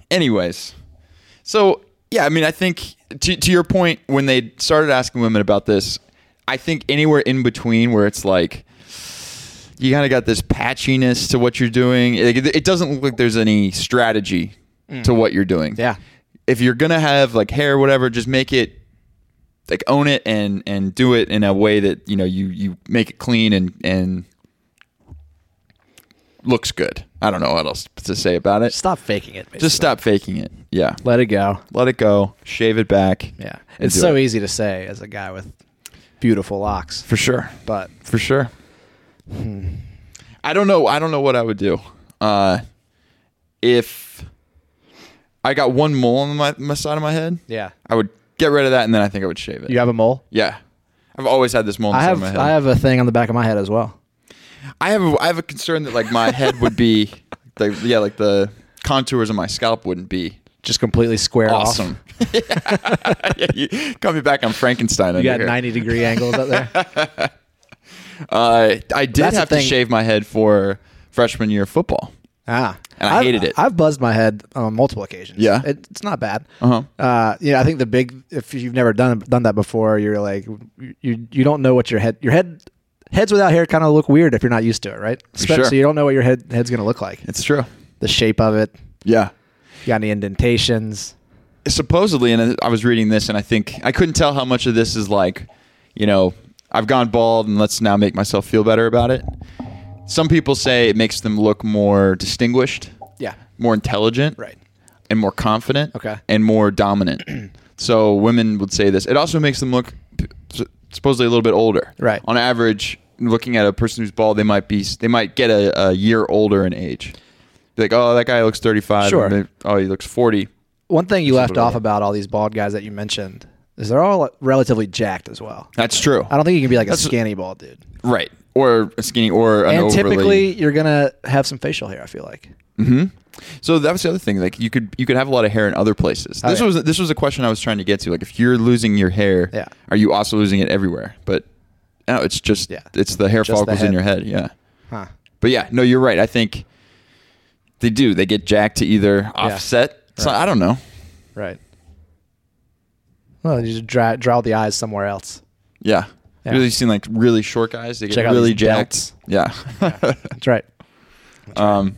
Speaker 2: anyways, so yeah, I mean, I think to to your point, when they started asking women about this, I think anywhere in between where it's like you kind of got this patchiness to what you're doing. It, it doesn't look like there's any strategy to what you're doing.
Speaker 1: Yeah.
Speaker 2: If you're gonna have like hair, whatever, just make it like own it and and do it in a way that you know you you make it clean and and looks good. I don't know what else to say about it.
Speaker 1: Stop faking it. Basically.
Speaker 2: Just stop faking it. Yeah.
Speaker 1: Let it go.
Speaker 2: Let it go. Shave it back.
Speaker 1: Yeah.
Speaker 2: and
Speaker 1: It's
Speaker 2: do
Speaker 1: so
Speaker 2: it.
Speaker 1: easy to say as a guy with beautiful locks,
Speaker 2: For sure.
Speaker 1: but
Speaker 2: For sure.
Speaker 1: Hmm.
Speaker 2: I don't know. I don't know what I would do. Uh, if I got one mole on my, my side of my head,
Speaker 1: yeah.
Speaker 2: I would get rid of that and then I think I would shave it.
Speaker 1: You have a mole?
Speaker 2: yeah. I've always had this mole on the
Speaker 1: I
Speaker 2: side
Speaker 1: have
Speaker 2: of my head.
Speaker 1: I have a thing on the back of my head as well.
Speaker 2: I have a, I have a concern that like my head would be the yeah like the contours of my scalp wouldn't be
Speaker 1: just completely square
Speaker 2: Awesome.
Speaker 1: off.
Speaker 2: yeah, you, call me back. I'm Frankenstein.
Speaker 1: You
Speaker 2: under
Speaker 1: got
Speaker 2: here.
Speaker 1: 90 degree angles up there.
Speaker 2: Uh, I did
Speaker 1: That's the
Speaker 2: have to
Speaker 1: thing.
Speaker 2: shave my head for freshman year football.
Speaker 1: Ah,
Speaker 2: And I
Speaker 1: I've-
Speaker 2: hated it.
Speaker 1: I've buzzed my head on multiple occasions.
Speaker 2: Yeah.
Speaker 1: it, it's not bad.
Speaker 2: Uh-huh.
Speaker 1: Uh, you know, I think the big if you've never done done that before, you're like you you don't know what your head your head heads without hair kind of look weird if you're not used to it, right? Especially
Speaker 2: sure.
Speaker 1: you don't know what your head head's gonna look like,
Speaker 2: It's true.
Speaker 1: the shape of it.
Speaker 2: Yeah.
Speaker 1: You got any indentations?
Speaker 2: supposedly, and I was reading this, and I think I couldn't tell how much of this is like, you know, I've gone bald, and let's now make myself feel better about it. Some people say it makes them look more distinguished,
Speaker 1: Yeah,
Speaker 2: more intelligent,
Speaker 1: right.
Speaker 2: and more confident,
Speaker 1: Okay.
Speaker 2: and more dominant. so women would say this. It also makes them look p- s- supposedly a little bit older,
Speaker 1: Right.
Speaker 2: On average, looking at a person who's bald, they might be they might get a, a year older in age. Be like, oh, that guy looks thirty five.
Speaker 1: Sure.
Speaker 2: Oh, he looks forty.
Speaker 1: One thing you left
Speaker 2: bit
Speaker 1: off
Speaker 2: older.
Speaker 1: about all these bald guys that you mentioned is they're all relatively jacked as well.
Speaker 2: That's true.
Speaker 1: I don't think you can be like a
Speaker 2: That's-
Speaker 1: skinny bald dude.
Speaker 2: Right. Or a skinny or an
Speaker 1: And
Speaker 2: overly.
Speaker 1: typically, you're gonna have some facial hair. I feel like.
Speaker 2: Mm-hmm. So that was the other thing. Like you could you could have a lot of hair in other places.
Speaker 1: Oh,
Speaker 2: this
Speaker 1: yeah.
Speaker 2: was this was a question I was trying to get to. Like if you're losing your hair,
Speaker 1: Yeah.
Speaker 2: are you also losing it everywhere? But no, it's just
Speaker 1: Yeah.
Speaker 2: it's the hair
Speaker 1: Just the
Speaker 2: follicles in
Speaker 1: head.
Speaker 2: your head. Yeah.
Speaker 1: Huh.
Speaker 2: But yeah, no, you're right. I think they do. They get jacked to either offset. So I don't know.
Speaker 1: Right. Well, you just draw, draw the eyes somewhere else.
Speaker 2: Yeah.
Speaker 1: Yeah.
Speaker 2: Really seen like really short guys. They get
Speaker 1: Check out
Speaker 2: really
Speaker 1: these
Speaker 2: jacked. Yeah.
Speaker 1: That's right.
Speaker 2: um,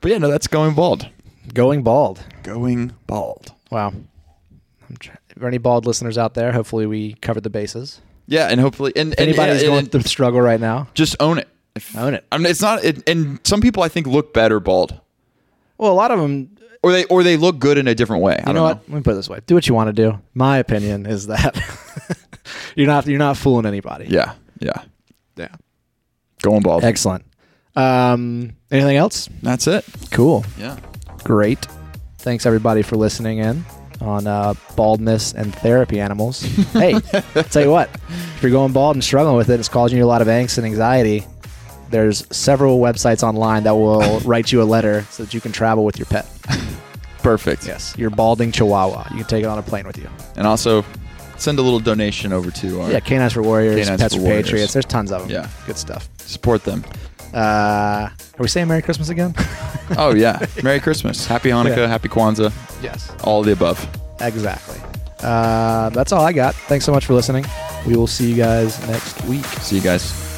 Speaker 2: but yeah, no, that's going bald.
Speaker 1: Going bald.
Speaker 2: Going bald.
Speaker 1: Wow. I'm try- for any bald listeners out there, hopefully we covered the bases.
Speaker 2: Yeah, and hopefully, and, and
Speaker 1: Anybody's
Speaker 2: and-
Speaker 1: going
Speaker 2: and-
Speaker 1: through struggle right now.
Speaker 2: just own it. If-
Speaker 1: Own it.
Speaker 2: I mean, it's not. It, and some people I think look better bald,
Speaker 1: Well, a lot of them.
Speaker 2: or they or they look good in a different way. I
Speaker 1: You
Speaker 2: don't
Speaker 1: know what? Let me put it this way: do what you want to do. My opinion is that you're not you're not fooling anybody.
Speaker 2: Yeah, yeah.
Speaker 1: Yeah.
Speaker 2: Going bald.
Speaker 1: Excellent. Um, anything else?
Speaker 2: That's it.
Speaker 1: Cool.
Speaker 2: Yeah.
Speaker 1: great. Thanks everybody for listening in on uh, baldness and therapy animals. hey, I'll tell you what, if you're going bald and struggling with it, it's causing you a lot of angst and anxiety. There's several websites online that will write you a letter so that you can travel with your pet.
Speaker 2: Perfect.
Speaker 1: Yes, your balding chihuahua. You can take it on a plane with you.
Speaker 2: And also, send a little donation over to our.
Speaker 1: Yeah, canines for warriors,
Speaker 2: Canines
Speaker 1: pets
Speaker 2: for
Speaker 1: for,
Speaker 2: Warriors.
Speaker 1: patriots. There's tons of them.
Speaker 2: Yeah.
Speaker 1: good stuff.
Speaker 2: Support them.
Speaker 1: Uh, are we saying Merry Christmas again?
Speaker 2: Oh yeah. Merry Christmas. Happy Hanukkah.
Speaker 1: Yeah.
Speaker 2: Happy Kwanzaa.
Speaker 1: yes.
Speaker 2: All of the above.
Speaker 1: Exactly. Uh, that's all I got. Thanks so much for listening. We will see you guys next week.
Speaker 2: See you guys.